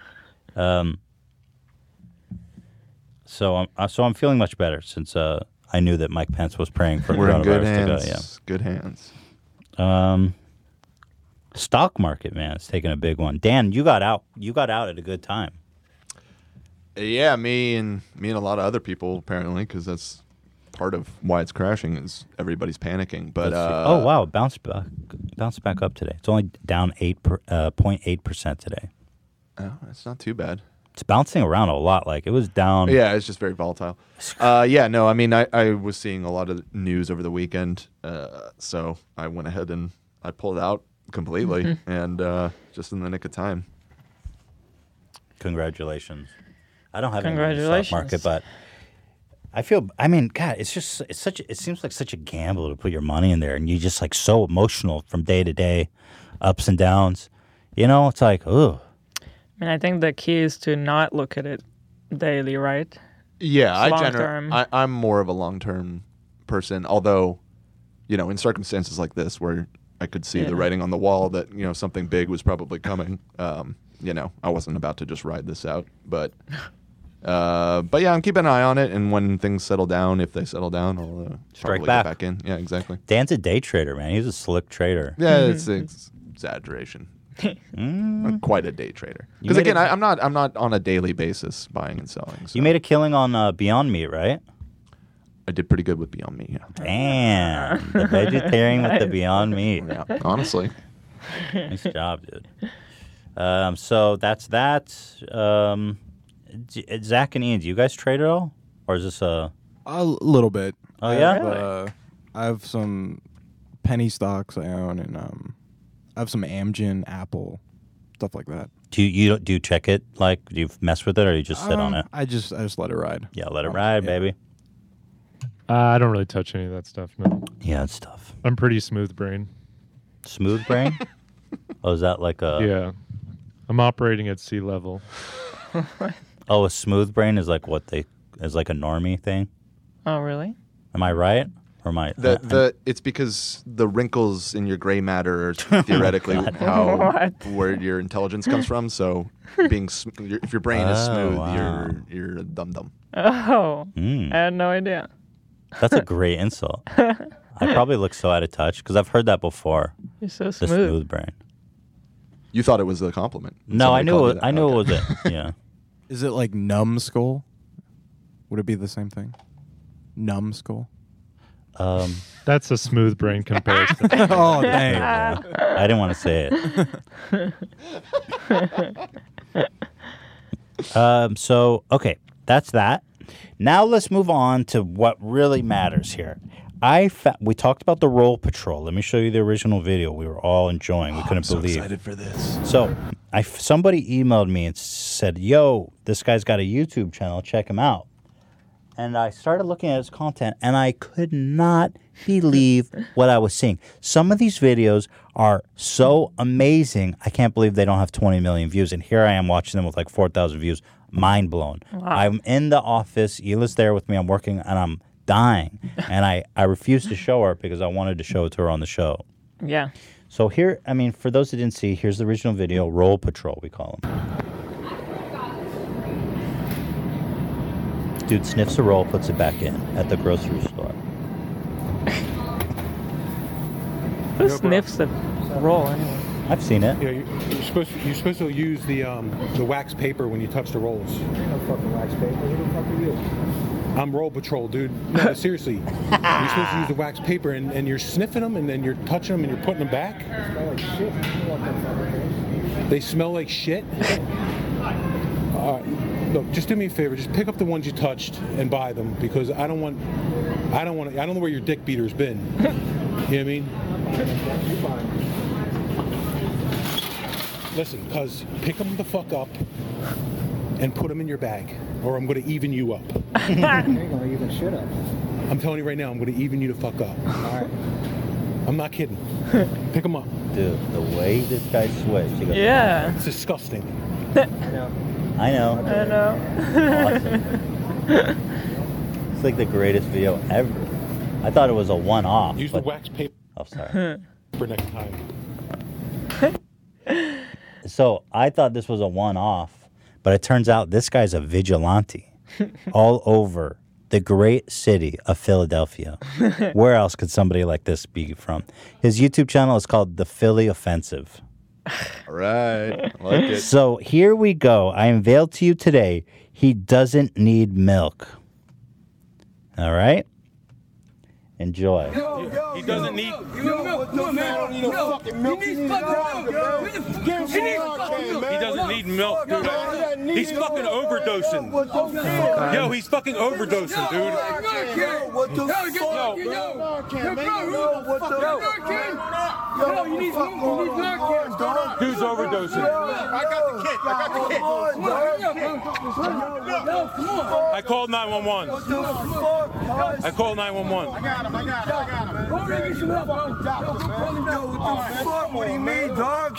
S2: so I'm uh, so I'm feeling much better since uh, I knew that Mike Pence was praying for
S4: We're
S2: coronavirus
S4: in good
S2: to go. Yeah.
S4: hands. Good hands.
S2: Um, stock market, man, it's taking a big one. Dan, you got out. You got out at a good time.
S4: Yeah, me and me and a lot of other people apparently, because that's part of why it's crashing is everybody's panicking. But uh,
S2: oh wow, it bounced back, bounced back up today. It's only down eight uh, point eight percent today.
S4: oh, it's not too bad.
S2: It's bouncing around a lot. Like it was down.
S4: Yeah, it's just very volatile. Uh, yeah, no, I mean, I, I was seeing a lot of news over the weekend, uh, so I went ahead and I pulled out completely, and uh, just in the nick of time.
S2: Congratulations. I don't have any stock market,
S3: Congratulations.
S2: but I feel. I mean, God, it's just it's such. It seems like such a gamble to put your money in there, and you just like so emotional from day to day, ups and downs. You know, it's like, oh,
S3: I mean, I think the key is to not look at it daily, right?
S4: Yeah, I
S3: It's
S4: gener-
S3: long-term.
S4: I I'm more of a long term person, although, you know, in circumstances like this where I could see
S3: Yeah.
S4: the writing on the wall that you know something big was probably coming. Um, you know, I wasn't about to just ride this out,
S3: (laughs)
S4: but. Uh, but yeah, I'm keeping an eye on it, and when things settle down, if they settle down, I'll uh,
S2: Strike
S4: probably get
S2: back.
S4: back in. Yeah, exactly.
S2: Dan's a day trader, man. He's a slick trader.
S4: Yeah,
S3: Mm-hmm.
S4: it's ex-
S3: (laughs)
S4: exaggeration. Not quite a day trader.
S2: Mm. You
S4: Because
S2: made
S4: again,
S2: a-
S4: I, I'm not I'm not on a daily basis buying and selling. So
S2: You made a killing on uh, Beyond Meat, right?
S4: I did pretty good with Beyond Meat. Yeah,
S2: Damn, the vegetarian with the Beyond Meat.
S4: yeah honestly.
S2: Nice job, dude. Um, so that's that. Um, d- Zach and Ian, do you guys trade at all, or is this a?
S5: A l- little bit.
S2: Oh,
S5: I
S2: yeah?
S5: have,
S2: Really?
S5: uh, I have some penny stocks I own, and um, I have some Amgen, Apple, stuff like that.
S2: Do you, you don't- do you check it? Like, do you mess with it, or you just sit on
S5: Um,
S2: it?
S5: I just I just let it ride.
S2: Yeah, let it ride,
S5: yeah.
S2: baby.
S1: Uh, I don't really touch any of that stuff. No,
S2: Yeah, it's tough.
S1: I'm pretty smooth brain.
S2: Smooth brain. oh, is that like a?
S1: yeah, I'm operating at sea level.
S2: Oh, a smooth brain is like what they is like a normie thing.
S3: Oh, really?
S2: Am I right? Or am I? uh,
S4: The the it's because the wrinkles in your
S3: (laughs)
S4: gray matter are theoretically how
S3: What?
S4: where your intelligence comes from. So being sm- your- if your brain
S3: (laughs)
S4: is
S2: Oh,
S4: smooth,
S2: wow.
S4: you're you're a dum dum.
S3: Oh,
S2: Mm.
S3: I had no idea. (laughs)
S2: That's a great insult. I probably look so out of touch because I've heard that before.
S3: You're so
S2: The
S3: smooth.
S2: smooth, brain.
S4: You thought it was a compliment.
S2: No,
S4: Somebody
S2: I knew
S4: called you
S2: it,
S4: that.
S2: I knew
S4: Okay.
S2: it was it. Yeah,
S5: Is it like numbskull? Would it be the same thing? Numbskull.
S2: um,
S1: That's a smooth brain comparison.
S5: (laughs) oh
S2: (laughs)
S5: dang!
S2: I didn't want to say it.
S1: (laughs)
S2: (laughs)
S4: (laughs)
S2: um, so okay, that's that. Now let's move on to what really matters here. I fa- we talked about the roll patrol. Let me show you the original video we were all enjoying.
S4: Oh,
S2: We couldn't believe.
S5: for this.
S2: So, I f- somebody emailed me and said, "Yo, this guy's got a YouTube channel. Check him out." And I started looking at his content, and I could not believe what I was seeing. Some of these videos are so amazing. I can't believe they don't have 20 million views. And here I am watching them with like 4,000 views. Mind blown. I'm in the office. Hila's there with me. I'm working and I'm
S3: (laughs)
S2: dying. And I, I refused to show her because I wanted to show it to her on the show.
S3: Yeah.
S2: So here, I mean, for those that didn't see, here's the original video, Roll Patrol, we call them. Dude sniffs a roll, puts it back in at the grocery store.
S3: Who sniffs the roll anyway?
S2: I've seen it.
S9: Yeah, you- you're supposed to, you're supposed to use the um, the wax paper when you touch the rolls.
S10: No fucking wax paper. Who the fuck are you?
S9: I'm roll patrol, dude.
S10: (laughs)
S9: No, seriously, you're supposed to use the wax paper, and, and you're sniffing them, and then you're touching them, and you're putting them back.
S10: Smell like shit. You don't want that fucking thing.
S9: They smell like shit. All right, look, just do me a favor. Just pick up the ones you touched and buy them because I don't want, I don't want, I don't know where your dick beater's been. you know what I mean?
S10: You buying it.
S9: Listen, cuz pick them the fuck up and put them in your bag, or I'm gonna even you up.
S10: You ain't gonna even shit up.
S9: I'm telling you right now, I'm gonna even you the fuck up.
S10: All right.
S9: I'm not kidding. Pick them up.
S2: Dude, the way this guy sweats. he goes,
S3: Yeah.
S9: It's disgusting.
S10: I know.
S2: I know.
S3: I know.
S2: Awesome. (laughs) it's like the greatest video ever. I thought it was a one-off.
S9: Use the
S2: but-
S9: wax paper (laughs)
S2: Oh, sorry.
S9: next time.
S2: so I thought this was a one-off, but it turns out this guy's
S9: (laughs)
S2: a vigilante all over the great city
S9: (laughs)
S2: of Philadelphia. Where else could somebody like this be from? His YouTube channel is called The Philly Offensive.
S4: All right. I
S2: (laughs)
S4: like it.
S2: So here we go. I unveil to you today he doesn't need milk. All right? Enjoy.
S9: He doesn't need. He doesn't need milk, dude. He's fucking overdosing. Yo, he's fucking overdosing, dude. Dude's overdosing. I called 911. I called 911.
S10: What do you mean, dog?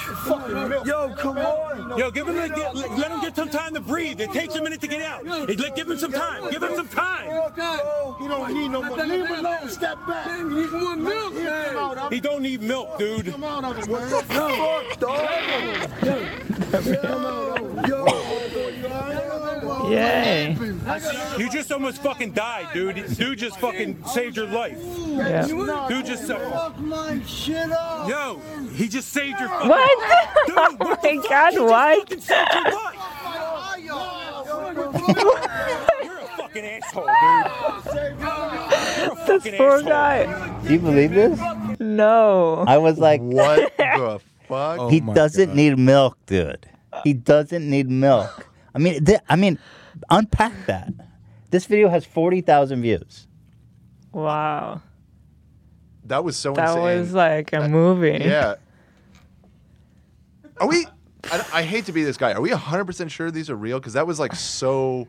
S10: Yo, come on.
S9: Yo, give him a, get, let him get some time to breathe. It takes a minute to get out. It- let- give him some time. Give him some time.
S10: You don't need no more. Leave him alone. Step back. You need more milk, man.
S9: He don't need milk, dude.
S10: Come out of it, man. What the fuck, dog? Yo.
S3: Yay.
S9: You just almost fucking died, dude. Dude just fucking saved your life.
S3: Yeah. (laughs)
S9: Dude just
S10: Fuck my shit up.
S9: yo, he just saved your fucking
S3: What?
S9: Dude,
S3: (laughs) oh
S9: what the
S3: my
S9: fuck?
S3: god,
S9: He just
S3: what?
S9: fucking saved your life. You're a fucking asshole, dude. You're a
S3: (laughs)
S9: fucking
S3: This poor
S9: asshole.
S3: guy. Oh.
S2: Do you believe this?
S3: No.
S2: I was like, (laughs)
S4: (laughs) What
S3: (laughs)
S4: the fuck?
S11: Oh
S2: he
S11: my
S2: doesn't
S11: God.
S2: need milk, dude. He doesn't need milk. I mean, th- I mean, unpack that. This video has forty thousand views.
S3: (laughs) Wow.
S4: That was so
S3: That
S4: insane.
S3: was like a movie.
S4: yeah. Are we? I, I hate to be this guy. Are we 100% sure these are real? Because that was like so.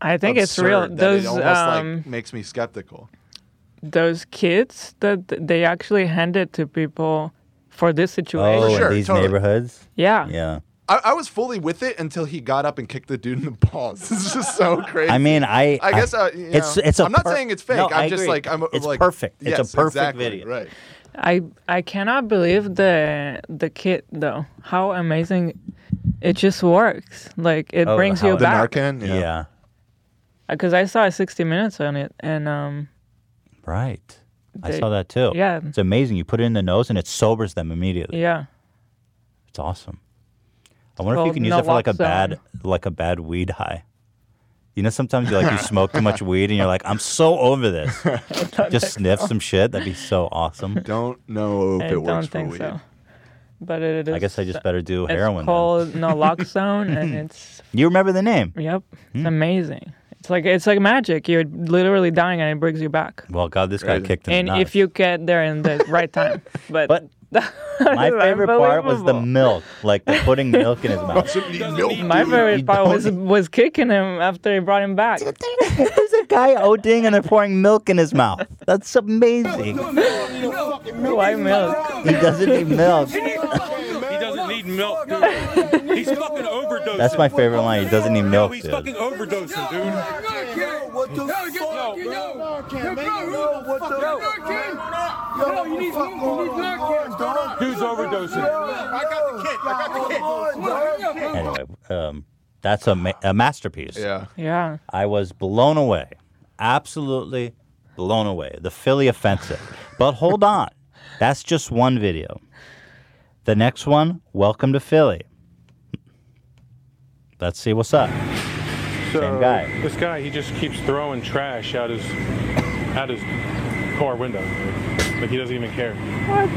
S3: I think it's
S4: absurd
S3: real.
S4: that
S3: Those
S4: it almost
S3: um
S4: like makes me skeptical.
S3: those kids that th- they actually handed to people for this situation.
S2: Oh,
S4: sure,
S2: in these
S4: totally.
S2: neighborhoods.
S3: Yeah.
S2: Yeah.
S4: I, I was fully with it until he got up and kicked the dude in the balls. (laughs) This is just so crazy.
S2: I mean, I.
S4: I guess uh, you
S2: it's
S4: know,
S2: it's. A
S4: I'm not
S2: per-
S4: saying it's fake.
S2: No,
S4: I'm
S2: I
S4: just
S2: agree.
S4: like I'm
S2: It's
S4: like
S2: perfect.
S4: yes,
S2: it's a perfect
S4: exactly,
S2: video.
S4: Right.
S3: I I cannot believe the the kid though. How amazing it just works. Like it
S2: Oh,
S3: brings
S2: how
S3: you
S2: it-
S4: The
S3: back.
S4: Narcan.
S2: Yeah.
S3: Because I saw 60 minutes on it and um
S2: Right. I
S3: They-
S2: saw that too.
S3: yeah.
S2: It's amazing. You put it in the nose and it sobers them immediately.
S3: yeah.
S2: It's awesome. I wonder if you
S3: called
S2: can use it for like a bad
S3: naloxone.
S2: like a bad weed high. You know, sometimes you like you smoke too much weed and you're like, I'm so over this. Just sniff some shit. That'd be so awesome.
S4: Don't know if
S3: I
S4: it
S3: don't
S4: works
S3: think
S4: for weed.
S3: so. But it is
S2: I guess I just better do
S3: it's
S2: heroin. then.
S3: called
S2: (laughs)
S3: naloxone and it's
S2: You remember the name?
S3: yep,
S2: Hmm.
S3: it's amazing. It's like it's like magic. You're literally dying and it brings you back.
S2: Well, God, this guy
S4: Crazy.
S2: kicked in the
S3: and
S2: nuts.
S3: if you get there in the right
S2: (laughs)
S3: time. But, (laughs)
S2: But (laughs) my favorite part was the
S3: Unbelievable.
S2: milk, like the putting milk in his mouth.
S4: Doesn't need milk.
S3: my favorite part was
S2: don't-
S3: was kicking him after he brought him back.
S2: There's a guy ODing and they're pouring milk in his mouth. That's amazing.
S3: Why milk?
S2: He doesn't
S3: (laughs)
S2: need milk.
S10: He doesn't need milk, dude. He's fucking overdosing.
S2: That's my favorite line. He doesn't need
S10: No,
S2: milk,
S10: he's fucking
S2: dude.
S10: overdosing, dude.
S9: What the fuck,
S10: yo,
S9: yo?
S10: yo,
S9: Yo, what the fuck, man? Yo, what the fuck going on, dog?
S10: Dude's overdosing.
S9: I got the kid. I got the kid.
S2: Anyway, um, that's a, ma- a masterpiece.
S4: Yeah.
S3: Yeah.
S2: I was blown away. Absolutely blown away. The Philly offensive. but hold on. That's just one video. The next one, Welcome to Philly. Let's see what's up. Same guy.
S9: This guy, he just keeps throwing trash out his out his car window. Like he doesn't even care. What?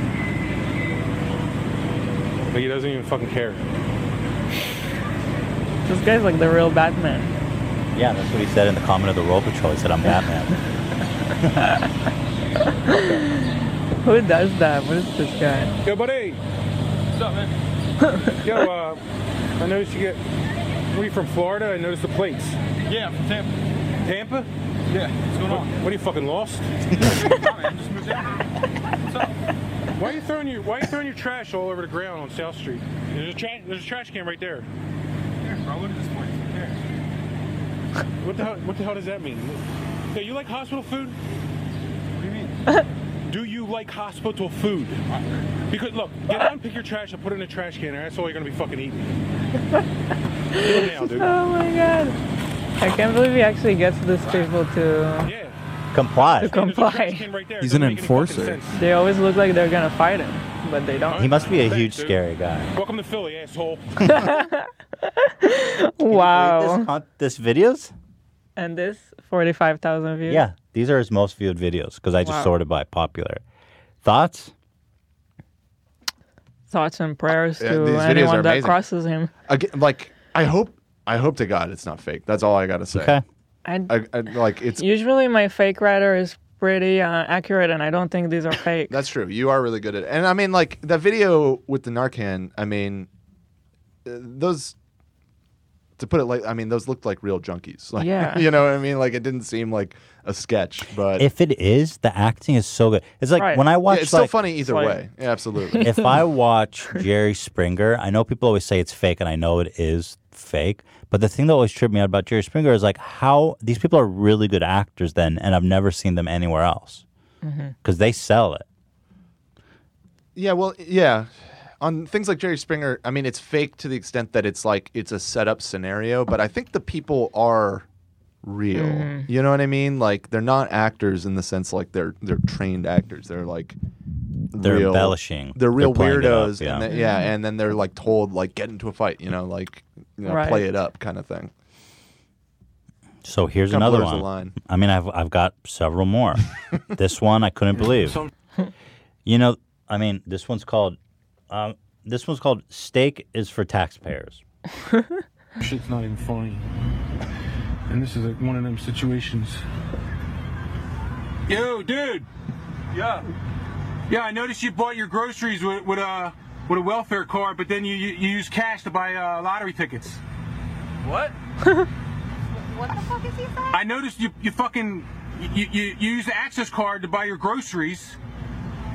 S9: Like he doesn't even fucking care.
S3: This guy's like the real Batman.
S2: Yeah, that's what he said in the comment of the Roll Patrol. He said, I'm Batman.
S3: Who does that? What is this guy?
S9: Yo, buddy. What's up, man? Yo, uh, I noticed you get. Were you from Florida? I noticed the plates. Yeah, from Tampa. Tampa? Yeah. What's going on? What, are you fucking lost? Why are you throwing your Why are you throwing your trash all over the ground on South Street? There's a trash There's a trash can right there. What the hell? What the hell does that mean? Yo, you like hospital (laughs) food? What do you mean? Do you like hospital food? Because look, get down, pick your trash, and put it in a trash can, and that's all you're gonna be fucking eating. Do it now, dude.
S3: Oh my god. I can't believe he actually gets these people to.
S9: Yeah.
S2: Comply.
S9: There's a trash
S3: Comply.
S9: can right there.
S5: He's
S9: Doesn't
S5: an
S9: make any fucking
S5: enforcer.
S9: sense.
S3: They always look like they're gonna fight him, but they don't.
S2: He must be a huge, scary guy.
S9: Welcome to Philly, asshole.
S2: This,
S3: Wow.
S2: con- this videos?
S3: And this 45,000 views?
S2: Yeah, these are his most viewed videos because I just
S3: Wow.
S2: sorted by popular. Thoughts?
S3: Thoughts and prayers
S4: Yeah, these
S3: to
S4: videos are
S3: anyone that
S4: amazing.
S3: crosses him.
S4: Again, like I hope I hope to God it's not fake. That's all I gotta say.
S2: Okay.
S3: I,
S4: I, I, like it's
S3: usually my fake writer is pretty uh, accurate, and I don't think
S4: (laughs)
S3: these are fake.
S4: That's true. You are really good at And I mean, like, that video with the Narcan, I mean, uh, those, to put it like, I mean, those looked like real junkies. (laughs) Like,
S3: Yeah.
S4: You know what I mean? Like, it didn't seem like a sketch, but
S2: If it is, the acting is so good. It's like
S3: Right.
S2: when I watch
S4: yeah, it's (laughs) still
S2: like
S4: funny either
S3: like-
S4: way. Yeah, absolutely.
S3: (laughs)
S2: if I watch Jerry Springer, I know people always say it's fake, and I know it is fake. But the thing that always tripped me out about Jerry Springer is like how these people are really good actors then, and I've never seen them anywhere else
S3: Mm-hmm.
S2: because they sell it.
S4: yeah, well, yeah. On things like Jerry Springer, I mean, it's fake to the extent that it's like, it's a setup scenario, but I think the people are real.
S3: Mm-hmm.
S4: You know what I mean? Like, they're not actors in the sense like they're, they're trained actors. They're like,
S2: They're
S4: real-
S2: embellishing.
S4: They're real
S2: playing it up,
S4: weirdos,
S2: yeah.
S4: and
S3: Mm-hmm.
S4: then, yeah, and then they're like told like get into a fight, you know, like you know,
S3: Right.
S4: play it up kind of thing.
S2: so here's
S4: Kinda
S2: another
S4: blurs the
S2: one.
S4: line.
S2: I mean, I've I've got several
S5: (laughs)
S2: more. this one I couldn't believe. You know, I mean, this one's called. Um, this one's called "Steak is for Taxpayers."
S9: (laughs) Shit's not even funny. And this is like one of them situations.
S10: Yo, dude. Yeah. Yeah, I noticed you bought your groceries with, with
S9: uh,
S10: a with a welfare card, but then you you, you use cash to buy uh, lottery tickets. What?
S9: (laughs)
S12: What the fuck is he saying?
S10: I noticed you you fucking you, you, you use the access card to buy your groceries,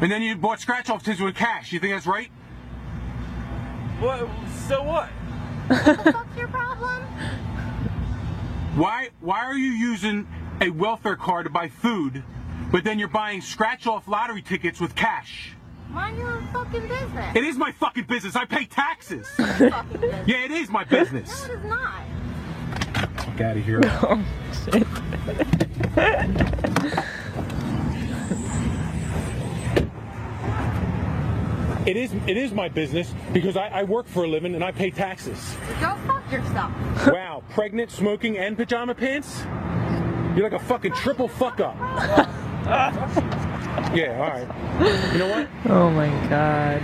S10: and then you bought scratch off tickets with cash. You think that's right? What? So what?
S12: What's your problem?
S10: Why why are you using a welfare card to buy food, but then you're buying scratch off lottery tickets with cash?
S12: Mind your own fucking business.
S10: It is my fucking business. I pay taxes.
S12: fucking business.
S10: Yeah, it is my business.
S12: It is not.
S9: Fuck out of here.
S3: Oh,
S10: It is it is my business because I, I work for a living and I pay taxes.
S12: Go fuck yourself.
S10: Wow, pregnant, smoking, and pajama pants? You're like a fucking triple fuck up. yeah, all right. You know what?
S3: Oh my god.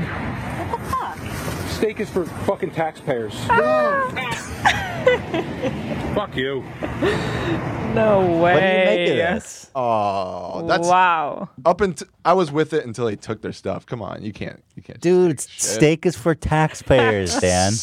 S12: What the fuck? Ah.
S9: Steak is for fucking taxpayers. Fuck you.
S3: No way.
S2: What do you make of this?
S4: Oh, that's
S3: wow.
S4: up until I was with it until they took their stuff. Come on, you can't, you can't,
S2: Dude, it's steak is for taxpayers, Dan.
S5: (laughs)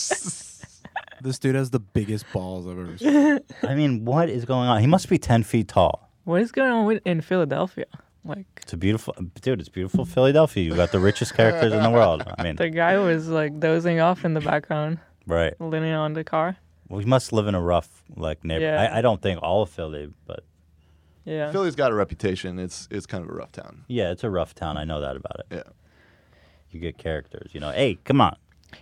S5: This dude has the biggest balls I've ever seen.
S2: I mean, what is going on? He must be ten feet tall.
S3: What is going on with, in Philadelphia? Like
S2: It's a beautiful dude. It's beautiful Philadelphia. You've got the richest characters in the world. I
S3: (laughs)
S2: mean,
S3: the guy was like dozing off in the background,
S2: right?
S3: leaning on the car.
S2: We must live in a rough like neighborhood.
S3: Yeah.
S2: I, I don't think all of Philly, but
S3: Yeah.
S4: Philly's got a reputation. It's it's kind of a rough town.
S2: yeah, it's a rough town. I know that about it.
S4: Yeah.
S2: You get characters. You know, hey, come on.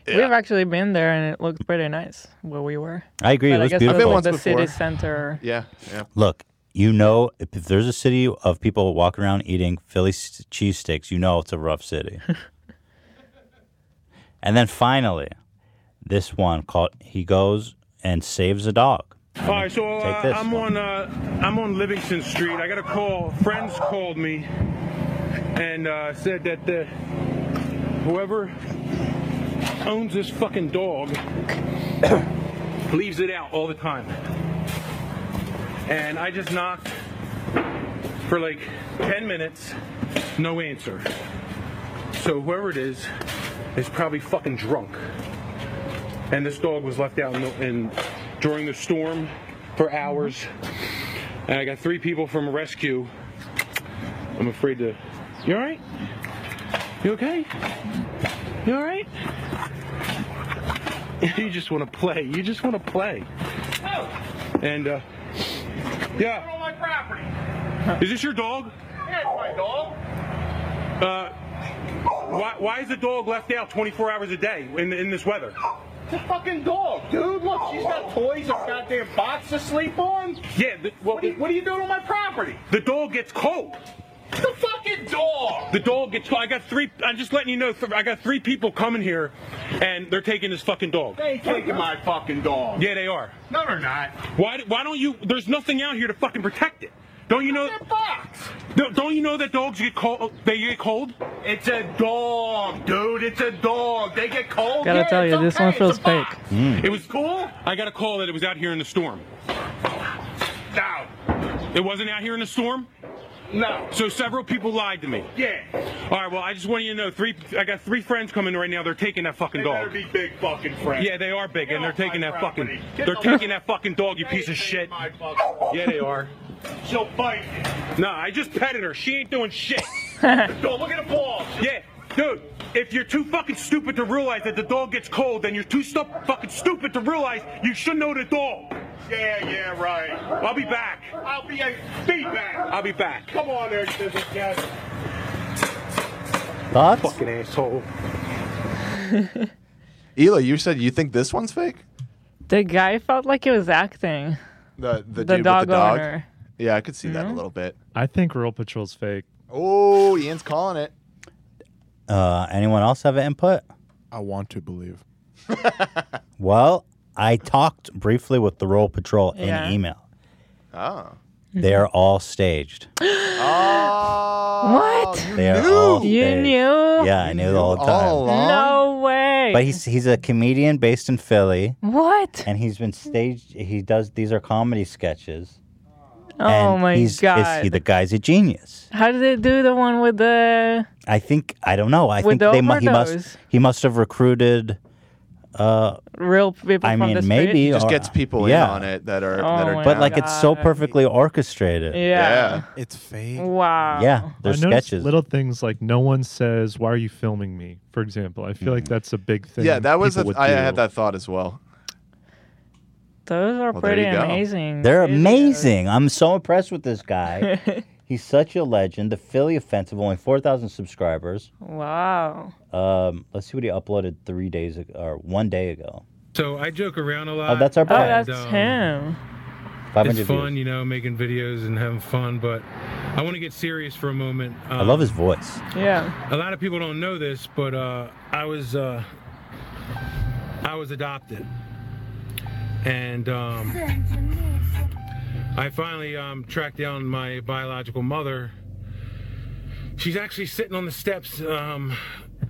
S3: We've actually been there and it looked pretty nice where we were.
S2: I agree, it
S3: But I
S2: was
S3: guess
S2: beautiful.
S3: The,
S2: I've been
S3: the
S2: once
S3: city
S2: before.
S3: center.
S4: Yeah, yeah.
S2: Look, you know, if, if there's a city of people walking around eating Philly s- cheesesteaks, you know it's a rough
S3: (laughs)
S2: city. and then finally, this one called. He goes and saves a dog. I
S9: All
S2: mean,
S9: right, so
S2: take
S9: uh,
S2: this.
S9: I'm on uh, I'm on Livingston Street. I got a call. Friends called me and uh, said that the, whoever owns this fucking dog (coughs) leaves it out all the time. And I just knocked for like 10 minutes, no answer. So whoever it is is probably fucking drunk. And this dog was left out in, the, in during the storm for hours. And I got three people from rescue. I'm afraid to. You all right? You okay? You all right? (laughs) You just want to play. You just want to play. And uh, yeah.
S10: on my property.
S9: Is this your dog?
S10: Yeah, it's my dog.
S9: Uh, why, why is the dog left out 24 hours a day in, in this weather?
S10: It's a fucking dog, dude. Look, she's got toys, a goddamn box to sleep on.
S9: Yeah, the, well,
S10: What are you, what are you doing on my property?
S9: the dog gets cold.
S10: The fucking dog.
S9: The dog gets cold. I got three. I'm just letting you know. th- I got three people coming here, and they're taking this fucking dog.
S10: They ain't taking my fucking dog.
S9: Yeah, they are.
S10: No, they're not.
S9: Why? Why don't you? There's nothing out here to fucking protect it. Don't you know?
S10: It's a box.
S9: Don't don't you know that dogs get cold? They get cold.
S10: It's a dog, dude. It's a dog. They get cold.
S3: Gotta
S10: yeah,
S3: tell
S10: it's
S3: you, this
S10: okay.
S3: one
S10: It's
S3: feels
S10: a box.
S3: fake.
S2: Hmm.
S9: It was.
S10: Cool?
S9: I got a call that it was out here in the storm.
S10: No.
S9: It wasn't out here in the storm.
S10: No.
S9: So several people lied to me.
S10: Yeah.
S9: All right. Well, I just want you to know. Three. I got three friends coming right now. They're taking that fucking
S10: They better
S9: dog.
S10: be big fucking friends.
S9: Yeah, they are big, and they're
S10: Get off
S9: taking
S10: my
S9: that fucking.
S10: property. Get
S9: They're
S10: the-
S9: taking that fucking dog. You piece of shit.
S10: My fucking-
S9: Yeah, they are.
S10: (laughs) She'll bite you.
S9: Nah, I just petted her. She ain't doing shit. (laughs)
S10: Don't look at the balls.
S9: Yeah, dude, if you're too fucking stupid to realize that the dog gets cold, then you're too stu- fucking stupid to realize you should know the dog.
S10: Yeah, yeah, right.
S9: I'll be back.
S10: I'll be a be back.
S9: I'll be back.
S10: Come on there, Sizzle Cat.
S2: Thoughts?
S9: Fucking
S4: (laughs)
S9: asshole.
S4: Ela, you said you think this one's fake?
S3: The guy felt like he was acting.
S4: The the,
S3: The
S4: dude
S3: dog
S4: with the dog.
S3: owner.
S4: Yeah, I could see
S2: Mm-hmm.
S4: that a little bit.
S1: I think Real Patrol's fake.
S4: Oh, Ian's calling it.
S2: Uh, anyone else have input?
S5: I want to believe.
S2: (laughs) Well, I talked briefly with the Roll Patrol
S3: Yeah. Mm-hmm.
S2: in email.
S4: Oh.
S10: (gasps)
S2: They are all staged.
S4: Oh.
S3: What?
S4: you
S2: They are
S4: knew.
S2: all.
S3: You
S2: staged.
S3: knew?
S2: Yeah, I knew the whole time.
S4: all along.
S3: No way.
S2: But he's he's a comedian based in Philly,
S3: what?
S2: and he's been staged. He does these are comedy sketches.
S3: Oh
S2: and
S3: my
S2: he's, Is
S3: god.
S2: he the guy's a genius?
S3: How did they do the one with the
S2: I think I don't know. I
S3: With
S2: think they mu- he
S3: overdose.
S2: must he must have recruited. uh,
S3: real people
S2: I
S3: from the
S2: mean,
S3: street?
S2: maybe
S4: Just
S2: or-
S4: gets people in
S2: yeah.
S4: on it that are
S3: Oh
S4: that
S3: my
S4: are
S2: But
S4: down.
S2: like it's so
S3: God.
S2: perfectly orchestrated.
S3: Yeah.
S4: yeah.
S5: It's fake.
S3: Wow.
S2: Yeah,
S1: I
S2: they're
S1: noticed
S2: sketches.
S1: Little things like no one says, "Why are you filming me?" For example, I feel like
S2: Mm-hmm.
S1: that's a big thing.
S4: Yeah, that was a,
S1: people would
S4: I
S1: do.
S4: had that thought as well.
S3: Those are
S4: Well, there
S3: pretty
S4: you go.
S3: amazing.
S2: They're
S3: videos.
S2: amazing. I'm so impressed with
S3: (laughs)
S2: this guy. He's such a legend. The Philly Offensive, only 4,000 subscribers.
S3: Wow.
S2: Um, let's see what he uploaded three days ago, or one day ago.
S9: So I joke around a lot.
S2: Oh, that's our
S3: Oh,
S2: plan.
S3: that's
S9: um,
S3: him.
S2: 500
S9: it's fun,
S2: views.
S9: you know, making videos and having fun, but I want to get serious for a moment. Um,
S2: I
S13: um,
S2: love his voice. (laughs)
S3: Yeah.
S9: A lot of people don't know this, but uh, I was uh, I was adopted, and um, I finally um, tracked down my biological mother. She's actually sitting on the steps um,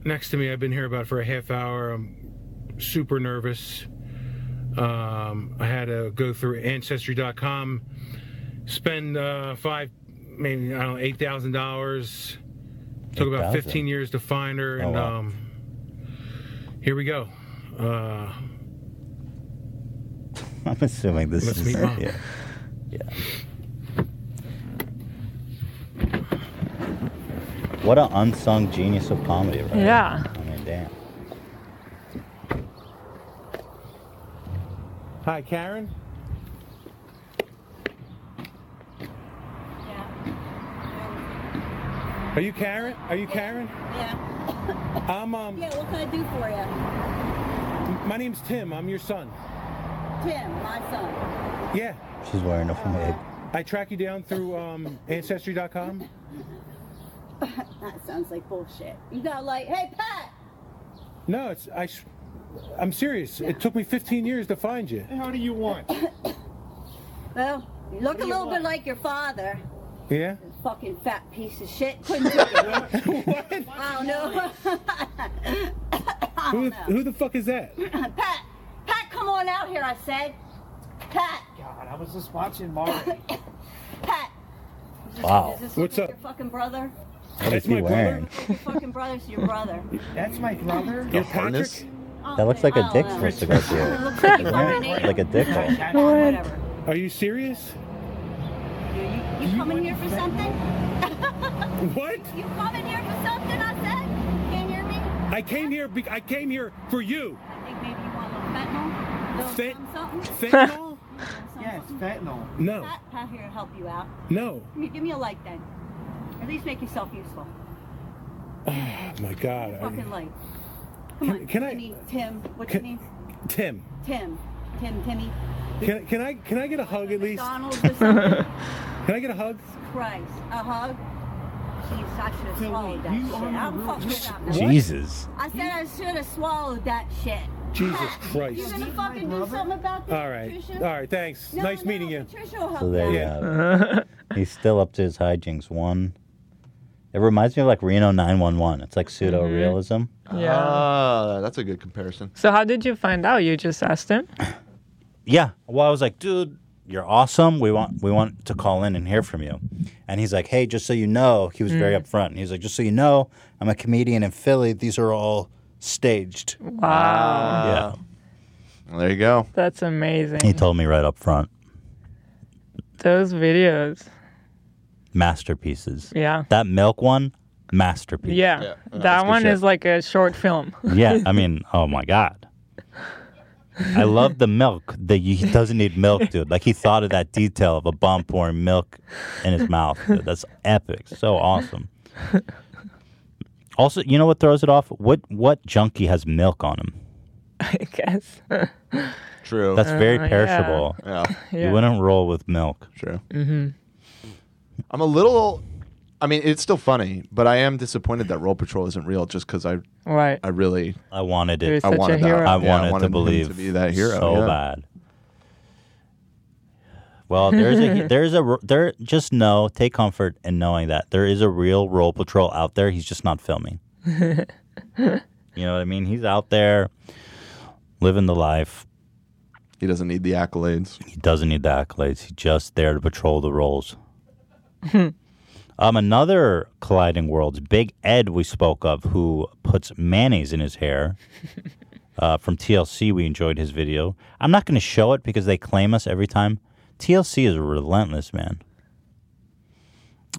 S9: next to me. I've been here about for a half hour. I'm super nervous. Um, I had to go through Ancestry.com, spend uh, five, maybe I don't know, eight thousand dollars. Took about
S2: 8,000?
S9: 15 years to find her, um,
S2: Oh,
S9: and
S2: wow.
S9: um, here we go. Uh,
S2: I'm assuming this
S13: Let's
S2: is
S13: meet Mom.
S2: yeah. Yeah. What an unsung genius of comedy, right?
S3: Yeah.
S2: I mean, damn.
S9: Hi, Karen.
S5: Are you Karen? Are you Karen? Yeah. I'm um.
S12: Yeah, what can I do for you?
S5: My name's Tim. I'm your son.
S12: Tim, my son. (laughs)
S5: Yeah.
S2: She's wearing a flag.
S5: I track you down through um, Ancestry.com.
S12: That sounds like bullshit. You got like, hey, Pat!
S5: No, it's I. s- I'm serious. It took me 15 years to find you.
S9: How do you want?
S12: (coughs) Well, you look a little bit like your father.
S5: Yeah.
S12: Fucking fat piece of shit. Couldn't do it. I don't know. Oh,
S5: Who, who the fuck is that?
S12: Pat, (laughs) Pat, come on out here, I said. Pat,
S14: God, I was just watching Marty.
S12: Pat.
S2: Wow.
S12: Is this
S5: What's
S12: your
S5: up?
S12: fucking brother?
S2: What is he wearing?
S12: Your fucking brother's your brother.
S14: That's my brother.
S2: The You're harness? That looks like a dick supposed to go through. it.
S12: (laughs) Looks like a
S2: Doesn't
S12: fucking
S2: it? (laughs) Like a dick hole.
S12: Whatever.
S5: Are you serious?
S12: You coming here for something?
S5: What?
S12: (laughs) You coming here for something? I said. Can't hear me.
S5: I came here. Be- I came here for you.
S12: I think maybe you want a little fentanyl. Little
S5: Fent-
S12: something. (laughs)
S5: fentanyl?
S12: yes, fentanyl.
S5: No.
S12: Pat, Pat here to help you out.
S5: No.
S12: Give me, give me a light then. At least make yourself useful.
S5: Oh my God. I-
S12: Fucking light. Come on.
S5: can I-
S12: Timmy, Tim. What's your name?
S5: Tim.
S12: Tim. Tim. Timmy.
S5: Can, can I can I get a hug at least?
S12: McDonald's or something.
S5: (laughs) Can I get a hug?
S12: Christ. A hug. Jeez, I should have swallowed that shit. I'm fucking up now.
S2: Jesus.
S12: I said I should have swallowed that shit.
S5: Jesus
S12: You
S5: Christ.
S12: gonna fucking do something about this,
S5: All right.
S12: Patricia?
S5: All right. Thanks.
S12: No,
S5: nice
S12: no,
S5: meeting you.
S12: Patricia will
S2: So
S12: help
S2: there
S12: you
S2: you
S12: out.
S2: have
S12: (laughs)
S9: (laughs)
S2: it. He's still up to his hijinks. One. It reminds me of like Reno 911. It's like pseudo realism.
S3: Yeah.
S4: Ah, that's a good comparison.
S3: So how did you find out? You just asked him.
S2: Yeah. Well, I was like, dude, you're awesome. We want we want to call in and hear from you. And he's like, hey, just so you know, he was very
S3: Mm.
S2: upfront. He's like, just so you know, I'm a comedian in Philly. These are all staged.
S3: Wow.
S2: Yeah.
S4: there you go.
S3: That's amazing.
S2: He told me right up front.
S3: Those videos.
S2: Masterpieces.
S3: Yeah.
S2: That milk one, masterpiece.
S3: Yeah. that
S2: good
S3: one
S2: shit.
S3: is like a short film.
S2: Yeah, I mean, oh my god. I love the milk that you, he doesn't need milk, dude. Like he thought of that detail of a bomb pouring milk in his mouth. Dude. That's epic. So awesome. Also, you know what throws it off? What what junkie has milk on him?
S3: (laughs) I guess.
S4: True.
S2: That's very
S3: Uh, yeah.
S2: perishable.
S4: Yeah.
S3: (laughs) Yeah.
S2: You wouldn't roll with milk.
S4: True.
S3: Mhm.
S4: I'm a little. I mean, it's still funny, but I am disappointed that Roll Patrol isn't real, just because I,
S3: Right.
S4: I really,
S2: I wanted
S3: You're
S2: it.
S4: I
S3: such a
S4: wanted
S3: hero.
S4: that.
S2: I
S4: yeah,
S2: wanted, to
S4: him
S2: believe
S4: to be that hero.
S2: so
S4: yeah.
S2: bad. Well, there's
S3: (laughs)
S2: a there's a r- there. Just know, take comfort in knowing that there is a real role patrol out there. He's just not filming. You know what I mean? He's out there living the life.
S4: He doesn't need the accolades.
S2: He doesn't need the accolades. He's just there to patrol the roles.
S3: Mm-hmm.
S2: um, another colliding worlds, Big Ed, we spoke of, who puts mayonnaise in his
S4: (laughs)
S2: hair. uh, from TLC, we enjoyed his video. I'm not going to show it because they claim us every time. TLC is relentless, man.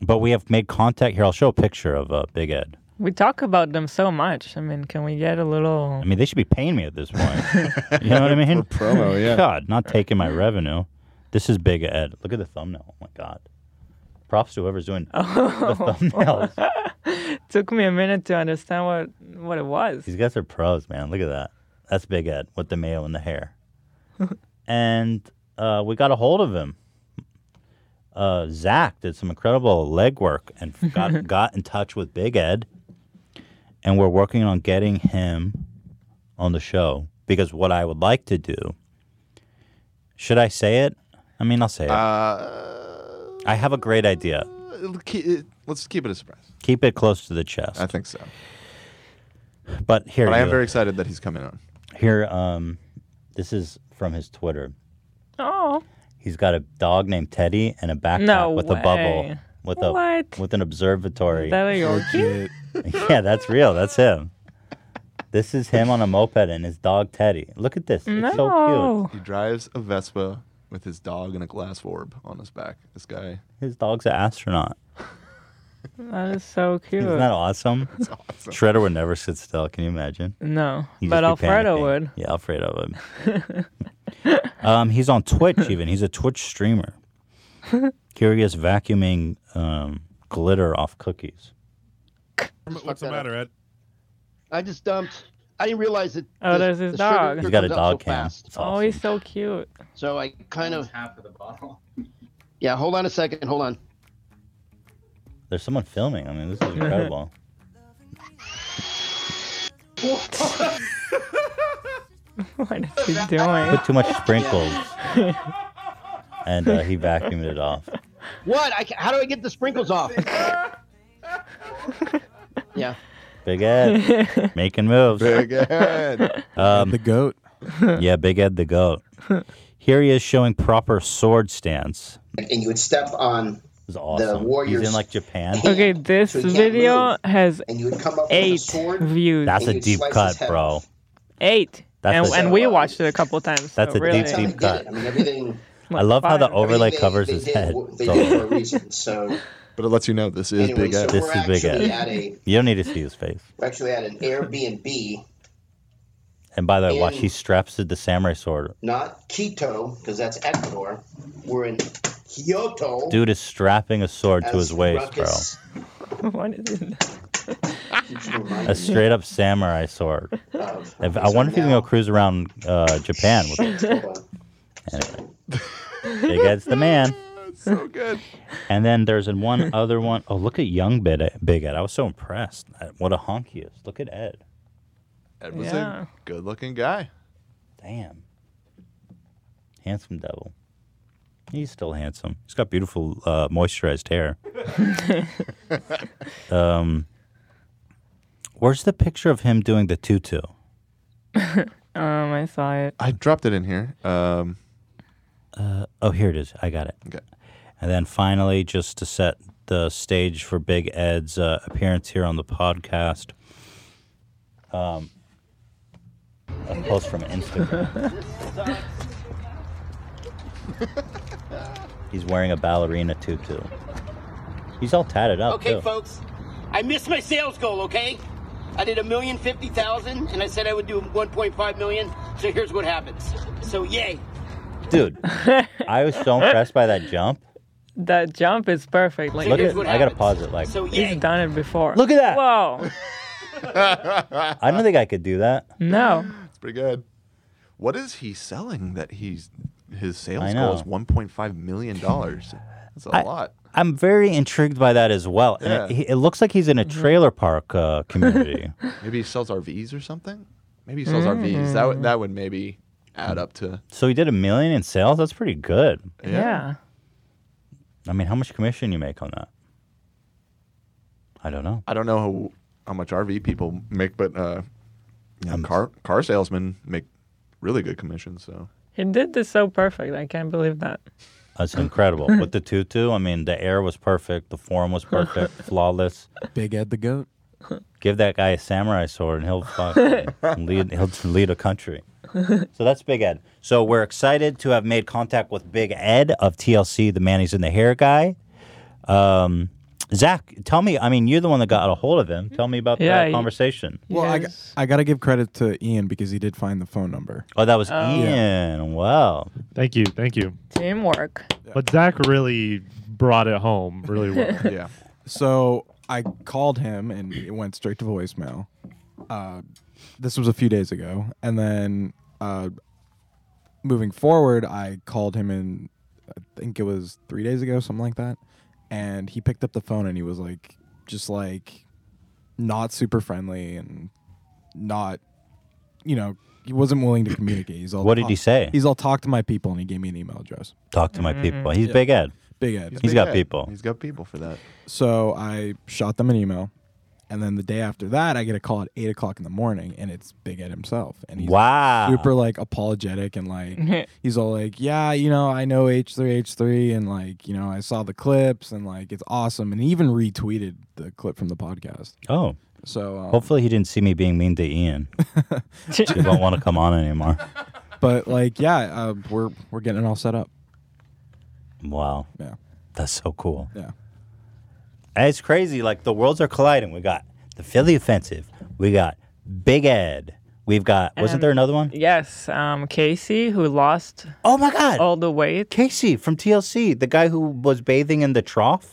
S2: But we have made contact here. I'll show a picture of uh, Big Ed.
S3: (laughs) We talk about them so much. I mean, can we get a little?
S2: I mean, they should be paying me at this point. you know what I mean?
S4: (laughs) For promo, yeah.
S2: God, not taking my revenue. This is Big Ed. Look at the thumbnail. Oh my God. Props to whoever's doing
S3: (laughs)
S2: the thumbnails.
S3: Took me a minute to understand what what it was.
S2: These guys are pros, man. Look at that. That's Big Ed with the mayo and
S3: (laughs)
S2: the hair. and uh, we got a hold of him. Uh, Zach did some incredible legwork and
S3: (laughs)
S2: got got in touch with Big Ed, and we're working on getting him on the show because what I would like to do. Should I say it? I mean, I'll say it. I have a great idea.
S4: Uh, ke- uh, Let's keep it a surprise.
S2: Keep it close to the chest.
S4: I think so.
S2: But here,
S4: But I am
S2: you-
S4: very excited that he's coming on.
S2: here. Um, this is from his Twitter.
S3: Oh,
S2: He's got a dog named Teddy and a backpack
S3: No
S2: with a bubble
S3: way.
S2: with a
S3: What?
S2: with an observatory. (laughs)
S3: that a Yorkie?
S2: yeah, that's real. That's him. This is him on a moped and his dog Teddy. Look at this. It's so
S4: He drives a Vespa with his dog and a glass orb on his back. This guy.
S2: cute. His dog's an astronaut.
S3: That is so cute.
S2: Isn't
S3: (laughs)
S2: that (laughs) awesome? Shredder would never sit still. Can you imagine?
S3: No,
S2: He'd
S3: but
S2: just be
S3: Alfredo
S2: panicking.
S3: would.
S2: Yeah, Alfredo
S3: (laughs)
S2: would. um, he's on Twitch even. He's a
S3: (laughs)
S2: Twitch streamer. Here he is vacuuming um, glitter off cookies.
S1: What's the matter, Ed?
S13: I just dumped. I didn't realize that.
S3: Oh,
S13: the-
S3: there's his
S13: the sugar
S3: dog.
S13: comes up so fast.
S3: Oh, he's so cute.
S13: So I kind of. Half of the bottle. Yeah, hold on a second. Hold on.
S2: There's someone filming. I mean, this
S3: (laughs)
S2: is incredible.
S3: (laughs) (laughs) what is he doing?
S2: Put too much (laughs) sprinkles, and uh, he vacuumed it off.
S13: (laughs) What? I, ca- how do I get the sprinkles
S3: (laughs)
S13: off? yeah.
S3: (laughs)
S2: Big Ed making moves.
S13: Big Ed.
S2: um,
S5: the goat.
S2: (laughs) yeah, Big Ed
S3: (laughs)
S2: the goat. Here he is showing proper sword stance.
S15: and you would step on
S2: Awesome.
S15: the warrior's
S2: He's in like
S15: (laughs)
S2: Japan.
S3: (laughs) Okay, this
S15: So he can't
S3: video has
S15: and you would come up with a
S3: eight
S15: sword.
S3: views.
S2: That's a
S15: you'd
S2: deep
S15: slice
S2: cut,
S15: his head
S2: bro.
S3: Eight.
S2: That's
S3: and
S2: a-
S3: and we watched it a couple times.
S2: That's
S3: so
S2: a
S3: Oh, really.
S2: deep, deep cut.
S15: I mean, everything. (laughs)
S2: I love how the overlay
S15: Everything they-
S2: covers
S15: they
S2: his
S15: did
S2: head.
S15: w-
S2: It's
S15: They did for a
S2: all-
S15: reason. So
S4: But it lets you know this is
S15: Anyway,
S4: Big
S15: so
S4: Ed.
S15: we're
S2: This is Big
S15: actually at a-
S2: Ed. You don't need to see his face.
S15: we're actually at an Airbnb,
S2: And by the way, watch
S15: In-
S2: he straps to the samurai sword.
S15: not Quito, because that's Ecuador. We're in Kyoto.
S2: Dude is strapping a sword to
S15: As
S2: his waist, bro.
S15: ruckus-
S3: (laughs) What is it?
S2: A straight up samurai sword. If- I
S15: so
S2: wonder if you can go cruise around uh, Japan with it.
S15: (laughs)
S2: (laughs) Anyway. Big Ed's the man.
S4: (laughs) so good.
S2: And then there's an one other one. Oh, look at young Big Ed. Big Ed. I was so impressed. What a honk he is. Look at Ed.
S4: Ed was
S2: Yeah.
S4: a good looking guy.
S2: Damn. Handsome devil. He's still handsome. He's got beautiful uh, moisturized hair. um, where's the picture of him doing the tutu?
S3: Um, I saw it.
S4: I dropped it in here. Um,
S2: uh, oh, here it is. I got it.
S4: Okay.
S2: And then finally, just to set the stage for Big Ed's uh, appearance here on the podcast, um, a post from
S15: (laughs)
S2: Instagram. He's wearing a ballerina tutu. He's all tatted up
S15: Okay,
S2: too.
S15: folks, I missed my sales goal. Okay, I did a million fifty thousand, and I said I would do one point five million. So here's what happens. So yay.
S2: Dude, I was
S15: (laughs)
S2: so impressed by that jump.
S3: That jump is perfect. Like,
S2: Look
S3: he's-
S2: at, I gotta pause it. Like,
S3: he's done it before.
S2: Look at that. (laughs)
S3: Whoa.
S2: I don't think I could do that.
S3: No.
S4: It's pretty good. What is he selling that he's his
S2: I
S4: sales goal is
S2: know.
S4: 1.5 million
S2: (laughs)
S4: dollars? That's a
S2: I-
S4: lot.
S2: I'm very intrigued by that as well. And
S4: Yeah.
S2: it, he- it looks like he's in a trailer park uh,
S4: (laughs)
S2: community.
S4: Maybe he sells RVs or something. Maybe he sells RVs. That would that would maybe add up to.
S2: so he did a million in sales. That's pretty good.
S4: Yeah.
S3: Yeah.
S2: I mean, how much commission you make on that? I don't know.
S4: I don't know how, how much RV people make, but uh, yeah,
S2: Um,
S4: car car salesmen make really good commissions. So
S3: He did this so perfect. I can't believe that.
S2: That's incredible. With the tutu, I mean, the air was perfect. The form was
S5: (laughs)
S2: perfect. flawless.
S5: Big Ed the goat.
S2: Give that guy a samurai sword and he'll
S5: (laughs)
S2: fucking lead, he'll lead a country. So that's Big Ed. So we're excited to have made contact with Big Ed of TLC, the Manny's in the Hair guy. Um, Zach, tell me. I mean, you're the one that got a hold of him. Tell me about
S5: Yeah,
S2: that
S5: he-
S2: conversation.
S5: Well, I, g- I gotta give credit to Ian because he did find the phone number.
S2: Oh, that was
S3: Oh.
S2: Ian. Wow.
S1: Thank you, thank you.
S3: (laughs) Teamwork. (laughs)
S1: But Zach really brought it home really well.
S5: (laughs)
S4: yeah.
S5: So I called him and it went straight to voicemail. Uh, this was a few days ago, and then uh, moving forward, I called him in. I think it was three days ago, something like that. And he picked up the phone and he was like, just like, not super friendly and not, you know, he wasn't willing to communicate. He's all.
S2: What did he
S5: "Talk-
S2: say?
S5: He's all talk to my people, and he gave me an email address.
S2: Talk to my people. He's Big Ed.
S5: Mm. Mm-hmm. Big Ed.
S2: He's got people.
S4: He's got people for that.
S5: So I shot them an email, and then the day after that, I get a call at eight o'clock in the morning, and it's Big Ed himself, and he's
S2: Wow.
S5: super like apologetic
S3: (laughs)
S5: and like he's all like, yeah, you know, I know H three H three, and like you know, I saw the clips, and like it's awesome, and he even retweeted the clip from the podcast.
S2: Oh,
S5: So um,
S2: Hopefully, he didn't see me being mean to
S5: (laughs)
S2: Ian. he won't want to come on anymore.
S5: but like yeah, uh, we're we're getting it all set up.
S2: Wow.
S5: Yeah.
S2: That's so cool.
S5: Yeah.
S2: And it's crazy. Like the worlds are colliding. We got the Philly offensive. We got Big Ed. We've got. wasn't
S3: And-
S2: there another one?
S3: Yes, um, Casey, who lost.
S2: Oh my God!
S3: All the weight.
S2: Casey from TLC, the guy who was bathing in the trough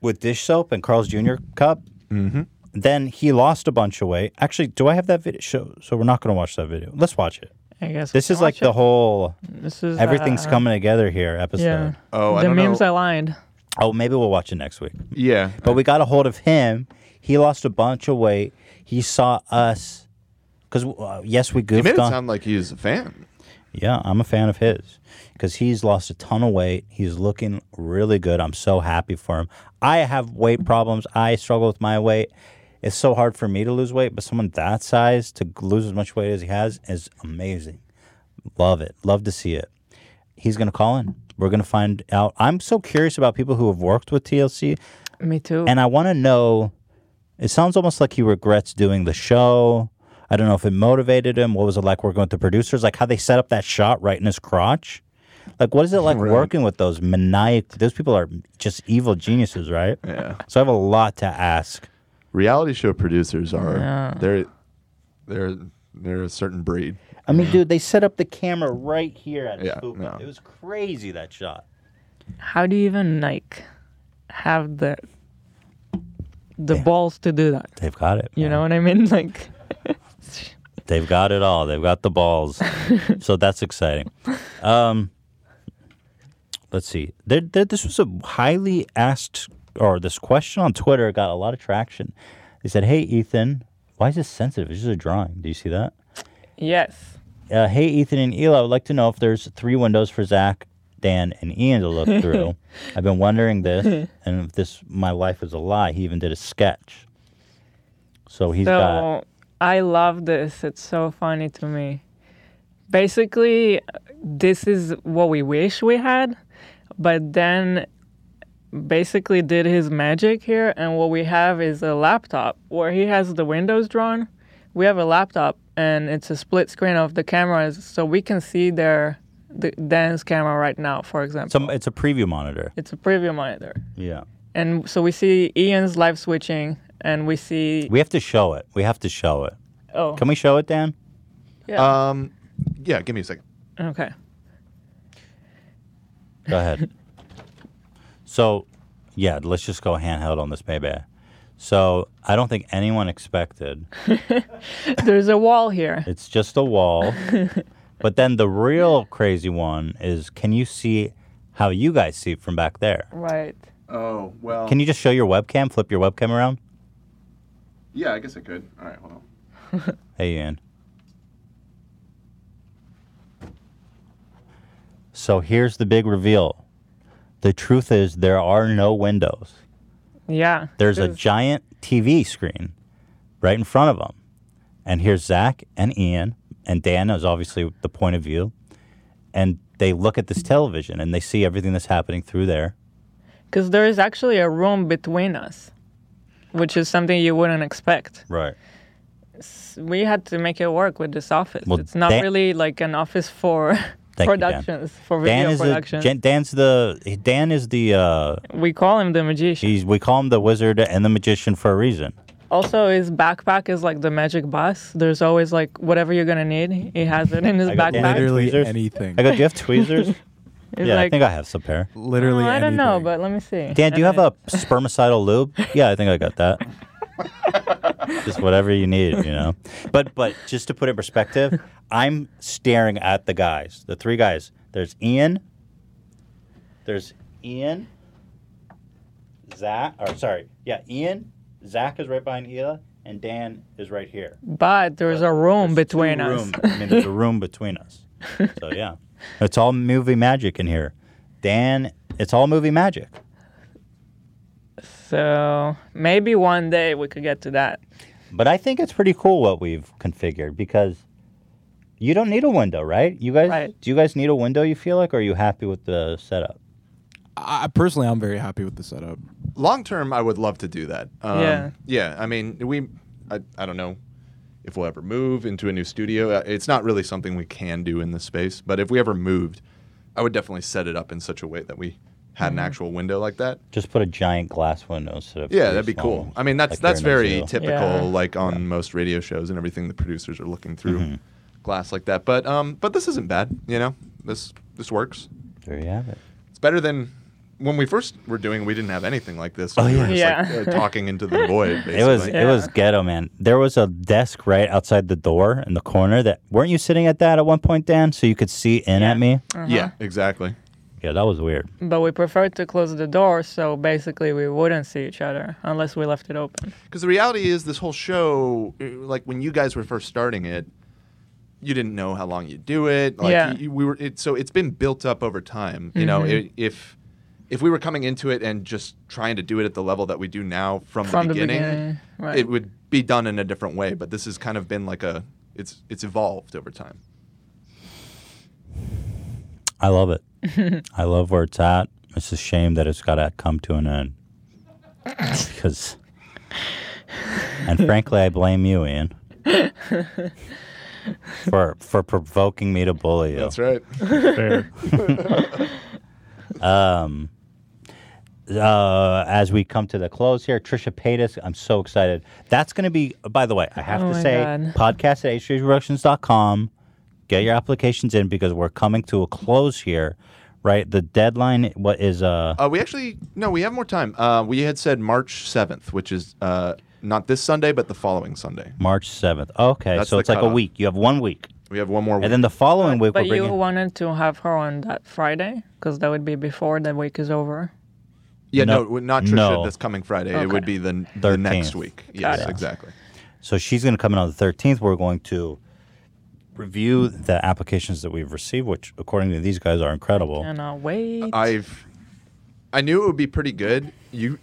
S2: with dish soap and Carl's Jr. cup. Mm-hmm. Then he lost a bunch of weight. Actually, do I have that video? So, so we're not going to watch that video. Let's watch it.
S3: I guess.
S2: This
S3: we
S2: is
S3: can
S2: like
S3: watch
S2: the
S3: it.
S2: whole.
S3: This is,
S2: everything's
S3: uh,
S2: coming together here. Episode.
S3: Yeah.
S5: Oh,
S3: the memes aligned.
S2: Oh, maybe we'll watch it next week.
S4: Yeah.
S2: But we got a hold of him. He lost a bunch of weight. He saw us. Because, uh, yes, we
S4: He
S2: goofed
S4: made it
S2: on.
S4: sound like he was a fan.
S2: Yeah, I'm a fan of his because he's lost a ton of weight. He's looking really good. I'm so happy for him. I have weight problems. I struggle with my weight. It's so hard for me to lose weight, but someone that size to lose as much weight as he has is amazing. Love it. Love to see it. He's going to call in. We're going to find out. I'm so curious about people who have worked with TLC.
S3: Me too.
S2: And I want to know. It sounds almost like he regrets doing the show. I don't know if it motivated him. What was it like working with the producers? Like how they set up that shot right in his crotch. Like what is
S4: (laughs)
S2: it like working with those maniac? Those people are just evil geniuses, right?
S4: Yeah.
S2: So I have a lot to ask.
S4: Reality show producers are
S2: Yeah.
S4: they're they're they're a certain breed.
S2: I mean, dude, they set up the camera right here at his
S4: Yeah,
S2: poop.
S4: no.
S2: It was crazy that shot.
S3: How do you even like have the the balls to do that?
S2: They've got it.
S3: You know what I mean? (laughs) Like,
S2: They've got it all. They've got
S3: (laughs)
S2: the balls. so that's exciting. Um, let's see. There, there, this was a highly asked, or this question on Twitter got a lot of traction. They said, Hey, Ethan, why is this sensitive? It's just a drawing. Do you see that?
S3: yes.
S2: Uh, hey, Ethan and Eli, I would like to know if there's three windows for Zach, Dan, and Ian to look
S3: (laughs)
S2: through. I've been wondering this, and if this, my life is a lie. He even did a sketch. So he's
S3: so
S2: got.
S3: I love this. It's so funny to me. Basically, this is what we wish we had, but then basically did his magic here, and what we have is a laptop where he has the windows drawn. We have a laptop, and it's a split screen of the cameras, so we can see their the Dan's camera right now, for example.
S2: Some, it's a preview monitor.
S3: It's a preview monitor,
S2: Yeah.
S3: and so we see Ian's live switching, and we see
S2: We have to show it. We have to show it.
S3: oh
S2: Can we show it, Dan?
S3: Yeah.
S4: Um, yeah. Give me a second.
S3: okay.
S2: Go
S4: (laughs)
S2: ahead. so, yeah, let's just go handheld on this, maybe. So, I don't think anyone expected.
S3: (laughs) There's a wall here.
S2: It's just
S3: (laughs)
S2: a wall. but then the real crazy one is can you see how you guys see it from back there?
S3: Right.
S4: Oh well.
S2: Can you just show your webcam, flip your webcam around?
S4: Yeah, I guess I could. All right, hold on.
S2: Hey, Ian. So, here's the big reveal the truth is there are no windows.
S3: Yeah.
S2: There's a
S3: This-
S2: giant TV screen right in front of them. And here's Zach and Ian, and Dan is obviously the point of view. And they look at this television and they see everything that's happening through there.
S3: Because there is actually a room between us, which is something you wouldn't expect.
S2: Right.
S3: S- We had to make it work with this office.
S2: Well,
S3: it's not
S2: Dan-
S3: really like an office for
S2: Thank
S3: (laughs) productions,
S2: you, Dan.
S3: for
S2: Dan
S3: video
S2: is
S3: productions.
S2: The, Jan- Dan's the Dan is the uh,
S3: we call him the magician.
S2: He's we call him the wizard and the magician for a reason.
S3: also, his backpack is like the magic bus. There's always like whatever you're gonna need. He has it in his
S2: I go, "Dan, do you have
S3: backpack.
S5: Literally
S2: tweezers?"
S5: anything.
S2: I go, do you have
S3: (laughs)
S2: tweezers? yeah, I
S3: like-
S2: think I have some pair.
S5: Literally,
S3: I don't know, but let me see.
S2: (laughs) Dan, do you have a spermicidal lube? Yeah, I think I got that. just whatever you need, you know. But but just to put it in perspective, I'm staring at the guys, the three guys. There's Ian. There's Ian. Zach, or sorry, yeah, Ian. Zach is right behind Hila, and Dan is right here.
S3: But there's a room between us.
S2: Room. I mean, there's a room between us. So yeah, it's all movie magic in here. Dan, it's all movie magic.
S3: So maybe one day we could get to that.
S2: But I think it's pretty cool what we've configured because you don't need a window, right? You guys, do you guys need a window? You feel like, or are you happy with the setup?
S5: I personally, I'm very happy with the setup.
S4: Long term, I would love to do that. Um,
S5: Yeah.
S4: Yeah. I mean, we. I, I don't know if we'll ever move into a new studio. Uh, It's not really something we can do in this space. But if we ever moved, I would definitely set it up in such a way that we had an
S2: Mhm.
S4: actual window like that.
S2: Just put a giant glass window instead of
S4: Yeah,
S2: three
S4: that'd be
S2: small
S4: cool.
S2: ones,
S4: I mean, that's
S2: like
S4: that's
S2: here in
S4: very
S2: Oakville.
S4: typical, like on most radio shows and everything. The producers are looking through
S2: Mm-hmm.
S4: glass like that. But um, but this isn't bad. You know, this this works.
S2: There you have it.
S4: It's better than when we first were doing. We didn't have anything like this.
S2: Oh,
S4: We were
S2: yeah.
S4: just, like,
S2: Yeah.
S4: uh, talking
S3: (laughs)
S4: into the void. Basically.
S2: It was it was ghetto, man. There was a desk right outside the door in the corner. That weren't you sitting at that at one point, Dan? So you could see in at me.
S3: Uh-huh.
S4: Yeah, exactly.
S2: Yeah, that was weird.
S3: But we preferred to close the door, so basically we wouldn't see each other unless we left it open.
S4: Because the reality is, this whole show, uh, like when you guys were first starting it, you didn't know how long you'd do it. Like,
S3: Yeah.
S4: you- you- we were. It, so it's been built up over time. You know,
S3: Mhm.
S4: i if if we were coming into it and just trying to do it at the level that we do now from,
S3: From
S4: the
S3: the
S4: beginning,
S3: beginning, right.
S4: it would be done in a different way. But this has kind of been like a. It's it's evolved over time.
S2: I love it. I love where it's at. It's a shame that it's got to come to an end. Because, and frankly, I blame you, Ian, for for provoking me to bully you.
S4: That's right. (laughs)
S1: Fair.
S2: um, uh, as we come to the close here, Trisha Paytas, I'm so excited. That's going to be, by the way, I have
S3: Oh
S2: to
S3: my
S2: say,
S3: God.
S2: podcast at hproductions.com. Get your applications in because we're coming to a close here, right? The deadline, what is, uh,
S4: Uh, we actually no, we have more time. Uh, we had said March seventh, which is uh, not this Sunday, but the following Sunday.
S2: March 7th. Okay,
S4: That's
S2: so
S4: the
S2: it's like a
S4: cutoff.
S2: week. You have one week.
S4: We have one more.
S2: And then the following week,
S3: But
S2: we're
S3: you
S2: bringing.
S3: wanted to have her on that Friday, because that would be before the week is over.
S4: Yeah,
S2: No,
S4: no, w not Trisha
S2: no.
S4: this coming Friday. It
S3: Okay.
S4: would be the, n- the next
S2: 13th.
S4: week. Yes,
S2: Gotcha.
S4: exactly.
S2: So she's going to come in on the 13th. We're going to review the applications that we've received, which, according to these guys, are incredible.
S3: And I'll wait.
S4: I've I knew it would be pretty good. You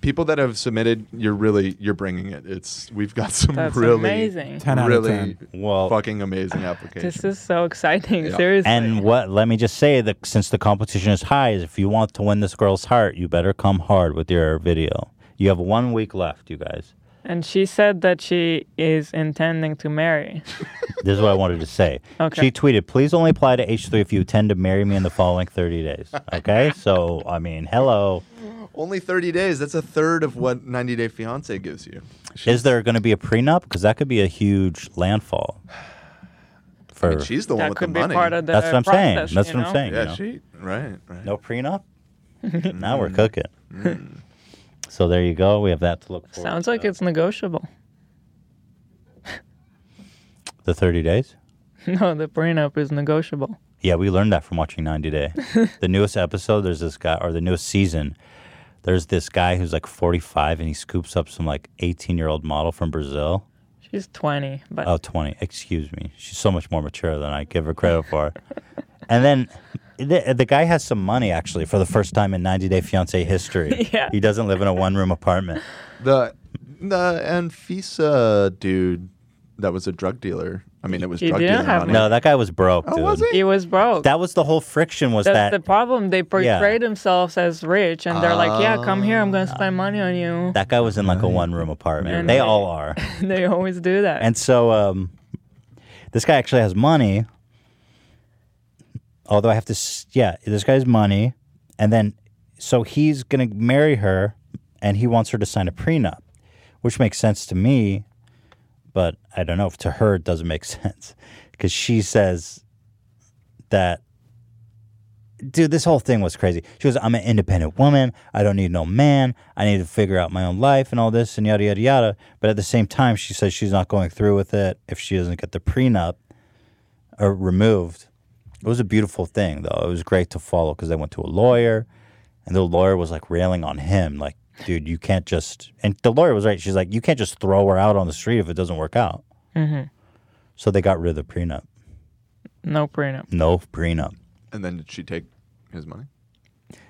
S4: people that have submitted, you're really you're bringing it. It's we've got some
S3: That's
S4: really
S3: amazing. 10
S2: out of
S4: really
S2: 10. Well-
S4: fucking amazing applications.
S3: This is so exciting,
S4: Yeah.
S3: seriously.
S2: And what? Let me just say that since the competition is high, is if you want to win this girl's heart, you better come hard with your video. You have one week left, you guys.
S3: And she said that she is intending to marry. (laughs)
S2: This is what I wanted to say.
S3: Okay.
S2: She tweeted, "Please only apply to H3 if you intend to marry me in the following 30
S4: (laughs)
S2: days." Okay, so I mean, hello.
S4: Only 30 days. That's a third of what 90 Day Fiance gives you.
S2: Is there going to be a prenup? Because that could be a huge landfall. For
S4: She's the one
S3: That
S4: with the
S3: could be
S4: money.
S3: part of the
S2: That's what I'm saying.
S3: process,
S2: That's
S3: you
S2: what I'm
S3: know?
S2: saying.
S4: Yeah,
S2: you know?
S4: she right, right.
S2: No
S4: (laughs)
S2: prenup. now
S4: Mm.
S2: we're cooking. So there you go. We have that to look forward.
S3: Sounds like it's negotiable. (laughs)
S2: The 30 days.
S3: No, the prenup is negotiable.
S2: Yeah, we learned that from watching 90 Day. the newest episode, there's this guy, or the newest season, there's this guy who's like 45 and he scoops up some like 18 year old model from Brazil.
S3: She's 20, but
S2: Oh, 20. Excuse me. She's so much more mature than I give her credit for. and then the, the guy has some money actually for the first time in 90 Day Fiance
S3: (laughs)
S2: history.
S4: Yeah.
S2: He doesn't live in a one room apartment.
S4: The the Anfisa dude that was a drug dealer. I mean, it was
S3: He
S4: drug
S3: didn't
S4: dealer
S3: have
S4: money.
S2: No, that guy was broke, Oh, dude.
S3: he Oh, was broke.
S2: That was the whole friction was
S3: That's
S2: that
S3: the problem. They
S2: Yeah. Ah.
S3: portray themselves as rich, and they're like, "Yeah, come here. I'm gonna spend money on you." (laughs)
S2: that guy was in like a one room apartment.
S3: And
S2: They
S3: they- (laughs)
S2: all are.
S3: they always do that.
S2: And so um, this guy actually has money. Although I have to, s- yeah, this guy has money. And then, so he's going to marry her and he wants her to sign a prenup, which makes sense to me. But I don't know if to her it doesn't make (laughs) sense because she says that, dude, this whole thing was crazy. She goes, I'm an independent woman. I don't need no man. I need to figure out my own life and all this and yada, yada, yada. But at the same time, she says she's not going through with it if she doesn't get the prenup or removed. It was a beautiful thing, though. It was great to follow because they went to a lawyer and the lawyer was like railing on him, like, dude, you can't just. And the lawyer was right. She's like, you can't just throw her out on the street if it doesn't work out.
S3: hmm
S2: So they got rid of the prenup.
S3: No prenup.
S2: No prenup.
S4: And then did she take his money?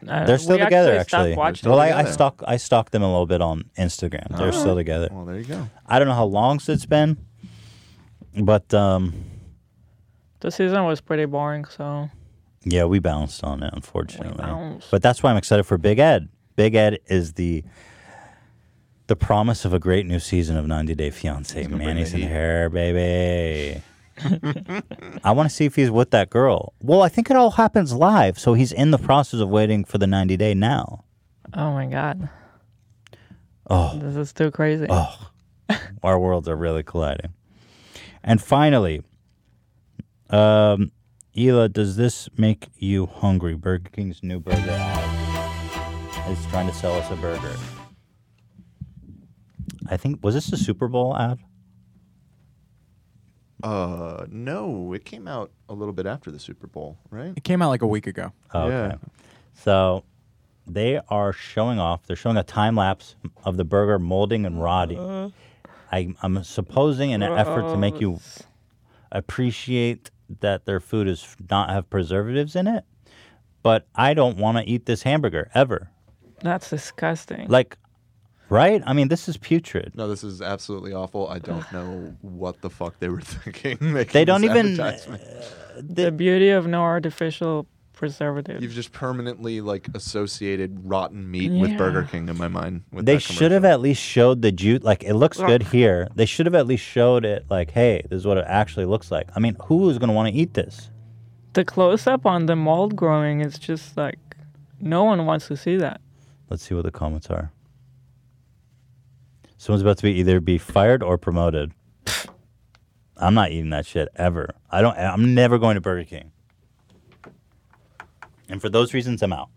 S3: Uh,
S2: They're still
S3: we
S2: together,
S3: actually stopped
S2: actually.
S3: watching
S2: well, I, I
S3: together.
S2: stalk I stalked them a little bit on Instagram. They're still together.
S4: Oh. Well, there you go.
S2: I don't know how long since it's been, but um,
S3: The season was pretty boring, so
S2: Yeah, we bounced on it, unfortunately.
S3: bounced.
S2: But that's why I'm excited for Big Ed. Big Ed is the the promise of a great new season of 90 Day Fiance. Man, he's in here, baby.
S3: (laughs)
S10: (laughs)
S2: I want to see if he's with that girl. Well, I think it all happens live, so he's in the process of waiting for the 90 day now.
S3: Oh my god.
S2: Oh.
S3: This is too crazy.
S2: Oh, our worlds are really colliding. And finally, um, Hila, does this make you hungry? Burger King's new burger ad is trying to sell us a burger. I think was this the Super Bowl ad?
S4: Uh, no, it came out a little bit after the Super Bowl, right?
S5: It came out like a week ago.
S2: Oh, Okay. So they are showing off. They're showing a time lapse of the burger molding and rotting. I, I'm supposing in an effort to make you appreciate that their food is f- not have preservatives in it, but I don't want to eat this hamburger ever.
S3: That's disgusting.
S2: Like, right? I mean, this is putrid.
S4: No, this is absolutely awful.
S2: (sighs)
S4: I don't know what the fuck they were (laughs) thinking. making
S2: They don't
S4: this
S2: even- uh,
S4: advertisement.
S3: the, beauty of no artificial preservative.
S4: You've just permanently like associated rotten meat with
S3: Yeah.
S4: Burger King in my mind. With
S2: they
S4: that
S2: should have at least showed the juice. Like it looks good here. They should have at least showed it. Like, hey, this is what it actually looks like. I mean, who is going to want to eat this?
S3: the close up on the mold growing is just like no one wants to see that.
S2: Let's see what the comments are. Someone's about to be either be fired or promoted. (sighs) I'm not eating that shit ever. I don't. I'm never going to Burger King. And for those reasons, I'm out.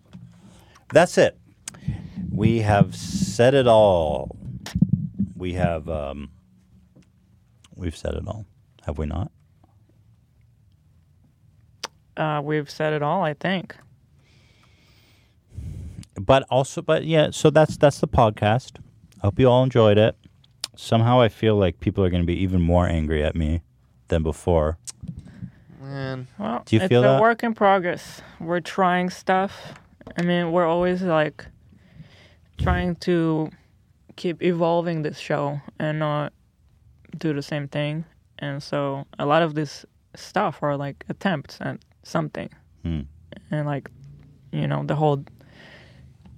S2: That's it. We have said it all. We have. Um, we've said it all, have we not?
S3: Uh, we've said it all, I think.
S2: but also but yeah so that's that's the podcast i hope you all enjoyed it somehow i feel like people are going to be even more angry at me than
S3: (laughs)
S2: before (laughs)
S4: Man.
S3: Well,
S2: Do you
S3: it's
S2: feel
S3: a
S2: that?
S3: work in progress. We're trying stuff. I mean, we're always like trying to keep evolving this show and not do the same thing. And so a lot of this stuff are like attempts at something.
S2: Hmm.
S3: And like, you know, the whole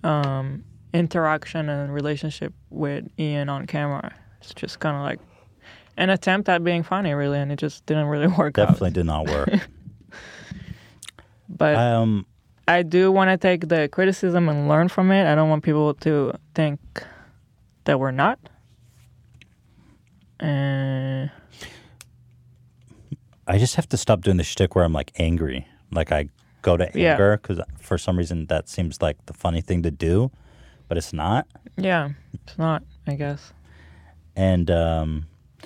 S3: um, interaction and relationship with Ian on camera. It's just kind of like an attempt at being funny, really, and it just didn't really work out.
S2: definitely did not work
S3: (laughs) But
S2: um
S3: I do want to take the criticism and learn from it. I don't want people to think that we're not. Uh,
S2: i just have to stop doing the shtick where i'm like angry like i go to
S3: Yeah.
S2: anger because for some reason that seems like the funny thing to do but it's not
S3: yeah, it's not, I guess.
S2: and um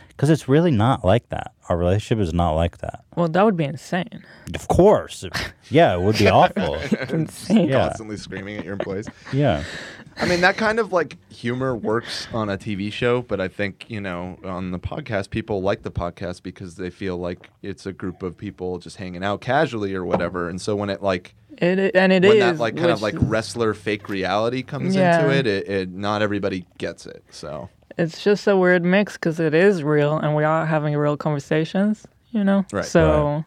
S2: because it's really not like that our relationship is not like that
S3: Well, that would be insane.
S2: of course yeah it would be awful
S3: Insane.
S2: Yeah.
S4: Constantly screaming at your employees.
S2: yeah
S4: I mean, that kind of like humor works on a TV show, but I think, you know, on the podcast, people like the podcast because they feel like it's a group of people just hanging out casually or whatever. And so when it like,
S3: It i- and it is
S4: when that like kind of
S3: which
S4: like wrestler fake reality comes
S3: Yeah.
S4: into it, it, it, not everybody gets it. So,
S3: (laughs) it's just a weird mix because it is real and we are having real conversations. You know,
S2: Right.
S3: so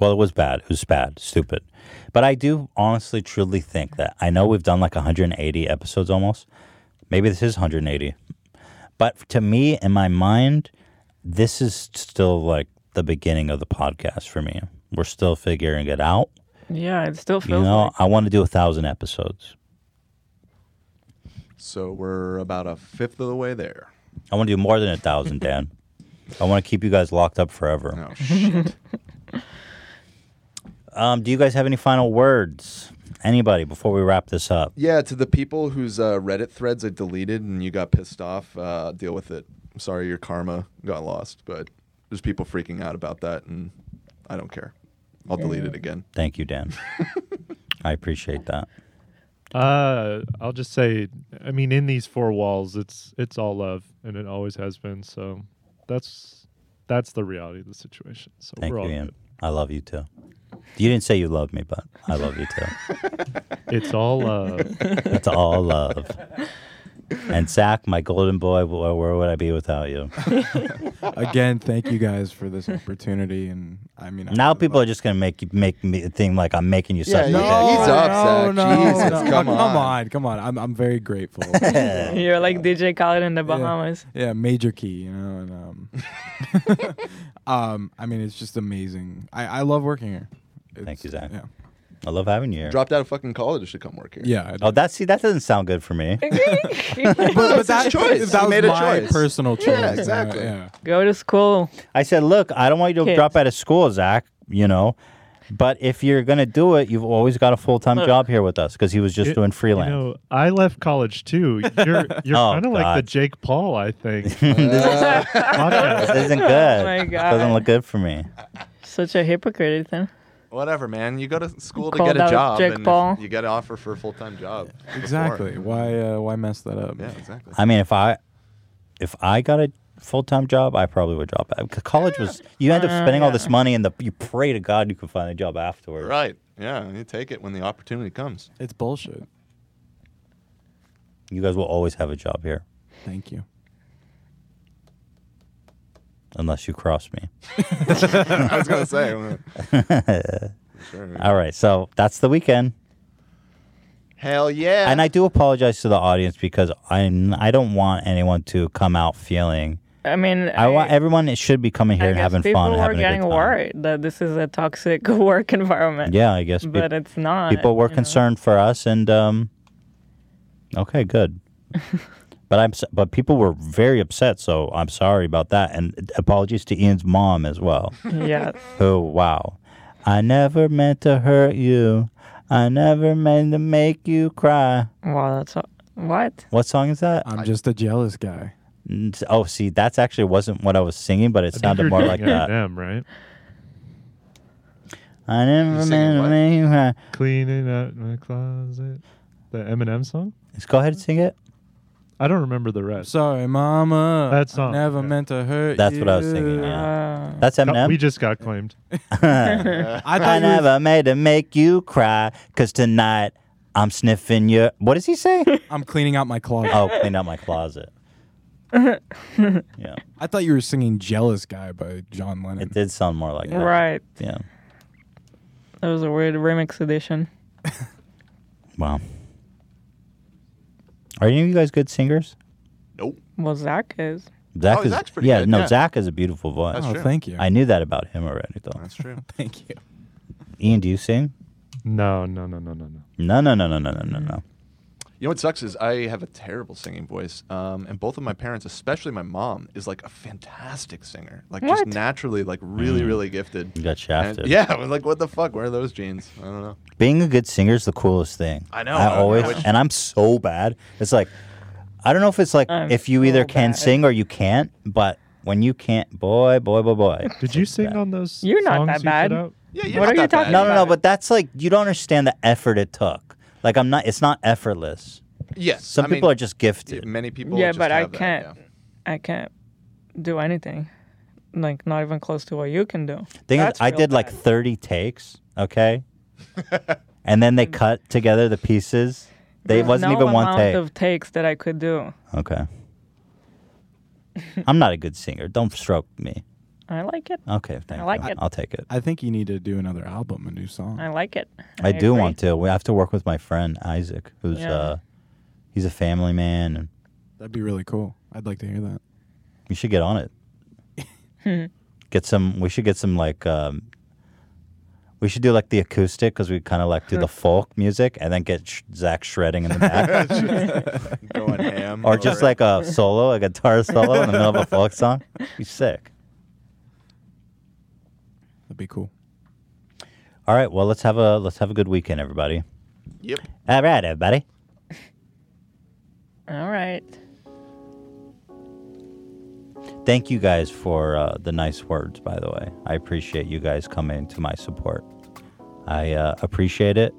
S2: Well, it was bad. It was bad, stupid. But I do honestly, truly think that I know we've done like 180 episodes almost. Maybe this is 180. But to me, in my mind, this is still like the beginning of the podcast for me. We're still figuring it out.
S3: yeah, it still
S2: You
S3: feels
S2: know, I want to do a thousand episodes.
S4: so we're about a fifth of the way there.
S2: I want to do more than
S3: (laughs)
S2: a thousand, Dan. I want to keep you guys locked up forever. (laughs) Um, do you guys have any final words? Anybody before we wrap this up?
S4: Yeah, to the people whose uh, Reddit threads I deleted and you got pissed off, uh, deal with it. I'm sorry your karma got lost, but there's people freaking out about that, and I don't care. I'll delete it again.
S2: Thank you, Dan. I appreciate that.
S1: Uh, I'll just say, I mean, in these four walls, it's it's all love, and it always has been. So that's that's the reality of the situation. So
S2: Thank
S1: we're
S2: you,
S1: all
S2: Ian. I love you too. You didn't say you love me, but I love you too.
S1: It's all love.
S2: (laughs) it's all love. And Zach, my golden boy,
S5: (laughs)
S2: where, where would I be without you?
S5: Again, thank you guys for this opportunity, and I- I mean,
S2: Now people are just gonna make you make me think like I'm making you suck.
S5: no,
S2: my dick.
S5: no, no,
S2: Jesus,
S5: no.
S2: come
S5: come
S2: on.
S5: on, come on. I'm I'm very
S2: (laughs)
S5: grateful.
S3: (laughs) You're like DJ Khaled in the Bahamas.
S5: Yeah, major key, you know, and um, um, (laughs) I mean, it's just amazing. I, I love working here. Thank you,
S2: Zach.
S5: Yeah,
S2: I love having you here.
S4: Dropped out of fucking college to come work here.
S5: yeah.
S2: Oh, that see that doesn't sound good for me.
S4: (laughs) but, but that choice.
S5: that
S4: He
S5: was
S4: made a
S5: my
S4: choice.
S5: personal choice,
S4: Yeah,
S5: you know,
S4: exactly.
S5: yeah.
S3: Go to school.
S2: I said, look, I don't want you to
S3: Kids.
S2: drop out of school, Zach. You know, but if you're gonna do it, you've always got a full time
S1: Look.
S2: job here with us because he was just
S1: It-
S2: doing freelance.
S5: (laughs)
S1: You
S2: (laughs)
S1: know, I left college too. You're you're
S2: Oh,
S1: kind of like the
S2: God.
S1: Jake Paul, I think.
S2: this isn't good.
S3: Oh my
S2: This
S3: God.
S2: Doesn't look good for me.
S3: Such a hypocrite, Ethan.
S4: Whatever, man. You go to school to
S3: Called
S4: get a
S3: out
S4: job,
S3: Jake
S4: and
S3: Paul.
S4: you get an offer for a full time job. before.
S5: Exactly. Why uh, why mess that up?
S4: Yeah, exactly.
S2: I mean, if I if I got a full time job, I probably would drop out. 'Cause College was you end up
S4: Uh,
S2: spending all this
S4: yeah.
S2: money, and the you pray to God you can find a job afterwards.
S4: Right. Yeah. You take it when the opportunity comes.
S5: It's bullshit.
S2: You guys will always have a job here
S5: Thank you.
S2: unless you cross
S3: (laughs)
S2: me.
S4: I was gonna say.
S2: (laughs)
S4: Sure.
S2: all right, so that's the weekend.
S4: Hell yeah.
S2: And I do apologize to the audience because I I don't want anyone to come out feeling.
S3: I mean,
S2: I, want everyone that should be coming
S3: I
S2: here and
S3: guess
S2: having
S3: people
S2: fun, and
S3: were
S2: having a
S3: getting
S2: good
S3: worried that this is a toxic (laughs) work (laughs) environment.
S2: Yeah, I guess peop-
S3: But it's not.
S2: People were concerned for us, and um, okay,
S3: (laughs)
S2: good. but I'm s- but people were very upset, so I'm sorry about that, and apologies to Ian's mom as well. (laughs)
S3: Yes.
S2: Who? Wow, I never meant to hurt you. I never meant to make you cry.
S3: Wow, that's a, what? (laughs)
S2: What song is that?
S5: I'm just a jealous guy.
S2: N- Oh, see, that's actually wasn't what I was singing, but it sounded more like that.
S1: Them, right?
S2: (laughs) I never Uh,
S1: singing what?
S2: meant to make you
S1: Cleaning out my closet. The Eminem song.
S2: Let's go ahead and sing it.
S1: I don't remember the rest.
S5: Sorry, mama.
S1: That song.
S5: I never meant to hurt
S2: That's what I was
S5: you.
S2: thinking, yeah.
S3: Ah.
S2: That's Eminem?
S1: We just got
S5: (laughs)
S1: claimed.
S2: I,
S5: I thought you were-
S2: never made to make you cry, cause tonight I'm sniffing your. What does he say?
S5: (laughs) I'm cleaning out my closet.
S2: oh, clean out my closet. yeah,
S5: I thought you were singing "Jealous Guy" by John Lennon. It
S2: did sound more like that.
S3: Right.
S2: Yeah.
S3: That was a weird remix edition.
S2: Wow. Are any of you guys good singers?
S3: Well, Zach is.
S4: Oh,
S2: Zach is. yeah, no,
S3: Zach.
S2: Zach has a beautiful voice.
S3: That's Oh, true. thank you.
S2: I knew that about him already, though. That's
S4: true.
S5: (laughs) Thank you.
S2: Ian, do you sing?
S1: No, no, no, no, no, no.
S2: No, no, no, no, no, no, no, no.
S4: You know what sucks is I have a terrible singing voice, um, and both of my parents, especially my mom, is like a fantastic singer, like just
S2: What?
S4: naturally, like really,
S2: Mm.
S4: really gifted.
S2: You got
S4: And-
S2: shafted.
S4: yeah, (laughs) I was like, what the fuck? Where are those jeans? I don't know.
S2: Being a good singer is the coolest thing.
S4: I know,
S2: I
S4: I
S2: always,
S4: know.
S2: and I'm so bad. It's like, I don't know if it's like
S1: I'm
S2: if you either can sing or you can't, but when you can't, boy, boy, boy, boy.
S1: Did you sing on those?
S3: You're not that
S1: songs you put
S3: bad.
S1: out?
S3: what are you talking
S2: No,
S3: about?
S2: no, no. But that's like you don't understand the effort it took. Like I'm not. It's not effortless.
S4: Yes,
S2: Some
S4: I
S2: people
S4: mean,
S2: are just gifted.
S4: Many people.
S3: yeah,
S4: just
S3: but I
S4: have that,
S3: can't.
S4: yeah.
S3: I can't do anything. Like not even close to what you can do.
S2: Thing is,
S3: That's
S2: I
S3: real
S2: did like
S3: bad.
S2: 30 takes.
S4: (laughs)
S2: Okay. and then they cut together the pieces. They it
S3: There's
S2: wasn't
S3: no
S2: even one
S3: amount
S2: take.
S3: of takes that I could do.
S2: okay. I'm not a good singer. Don't stroke me.
S3: I like it.
S2: Okay, thank
S3: I like
S2: you.
S3: it.
S2: I'll take it.
S5: I think you need to do another album, a new song.
S3: I like it.
S2: I, do
S3: agree.
S2: want to. We have to work with my friend Isaac, who's
S3: Yeah.
S2: uh, he's a family man, and
S5: That'd be really cool. I'd like to hear that.
S2: we should get on it. Get some. We should get some like. Um, we should do like the acoustic because we kind of like do the folk music, and then get sh- Zach shredding in the back,
S5: (laughs)
S4: Going ham
S2: or
S4: over
S2: just
S4: it.
S2: like a solo, a guitar solo in the middle of a folk song.
S3: (laughs)
S2: Be sick.
S5: That'd be cool.
S2: All right, well let's have a let's have a good weekend, everybody.
S4: Yep.
S2: All right, everybody.
S3: All right.
S2: Thank you guys for uh, the nice words, by the way. I appreciate you guys coming to my support. I uh, appreciate it,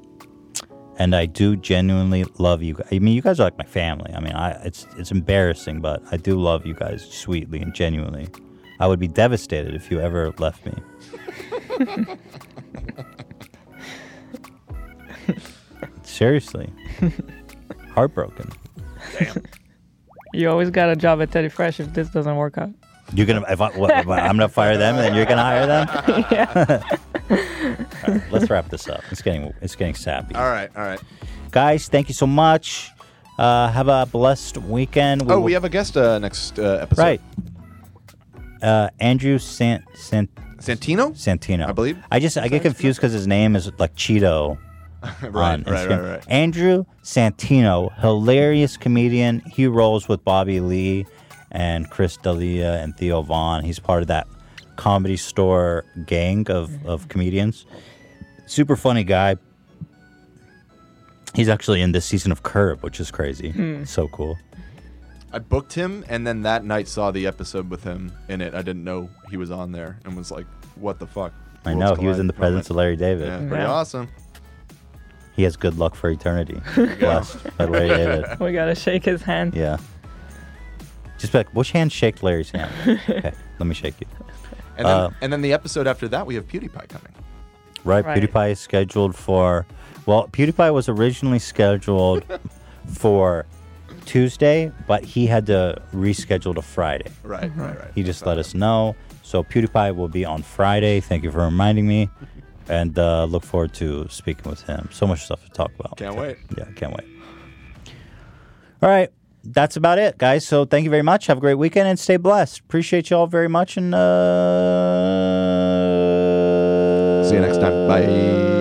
S2: and I do genuinely love you. gu- I mean, you guys are like my family. I mean, I it's it's embarrassing, but I do love you guys sweetly and genuinely. I would be devastated if you ever left me. Seriously, heartbroken.
S3: You always got a job at Teddy Fresh if this doesn't work out.
S2: You're gonna if I, what, what, I'm gonna fire them, and then you're gonna hire them. all right, let's wrap this up. It's getting it's getting sappy.
S4: All right, all right.
S2: Guys, thank you so much. Uh, have a blessed weekend.
S4: oh,
S2: will-
S4: we have a guest uh, next uh, episode.
S2: Right. Uh, Andrew Sant, Sant
S4: Santino.
S2: Santino, I
S4: believe.
S2: I just I get confused because his name is like Cheeto.
S4: (laughs) Right,
S2: on
S4: right, right,
S2: Instagram.
S4: right.
S2: Andrew Santino, hilarious comedian. He rolls with Bobby Lee and Chris D'Elia and Theo Vaughn. He's part of that comedy store gang of,
S4: Mm-hmm.
S2: of comedians. Super funny guy. He's actually in this season of Curb, which is crazy.
S4: Hmm.
S2: So cool.
S4: I booked him, and then that night saw the episode with him in it. I didn't know he was on there, and was like, "What the fuck?"
S2: I
S4: Worlds
S2: know he was
S4: collide
S2: in the
S4: moment.
S2: presence of Larry David.
S4: Yeah, pretty awesome.
S2: He has good luck for
S4: (laughs)
S2: eternity.
S3: go.
S2: Blessed by Larry
S3: (laughs)
S2: David.
S3: we gotta shake his hand.
S2: Yeah. Just be like, which hand shake Larry's
S4: (laughs)
S2: hand? okay, let me shake you.
S4: And then,
S2: Uh,
S4: and then the episode after that, we have PewDiePie coming.
S2: right,
S4: Right.
S2: PewDiePie is scheduled for. Well, PewDiePie was originally
S4: (laughs)
S2: scheduled for Tuesday, but he had to reschedule to Friday.
S4: Right, right, right.
S2: He just let us know. So PewDiePie will be on Friday. Thank you for reminding
S4: (laughs)
S2: me. And uh, look forward to speaking with him. So much stuff to talk about.
S4: Can't wait.
S2: Yeah, can't wait. All right. That's about it, guys. So thank you very much. Have a great weekend and stay blessed. Appreciate you all very much. And uh,
S4: See you next time. Bye.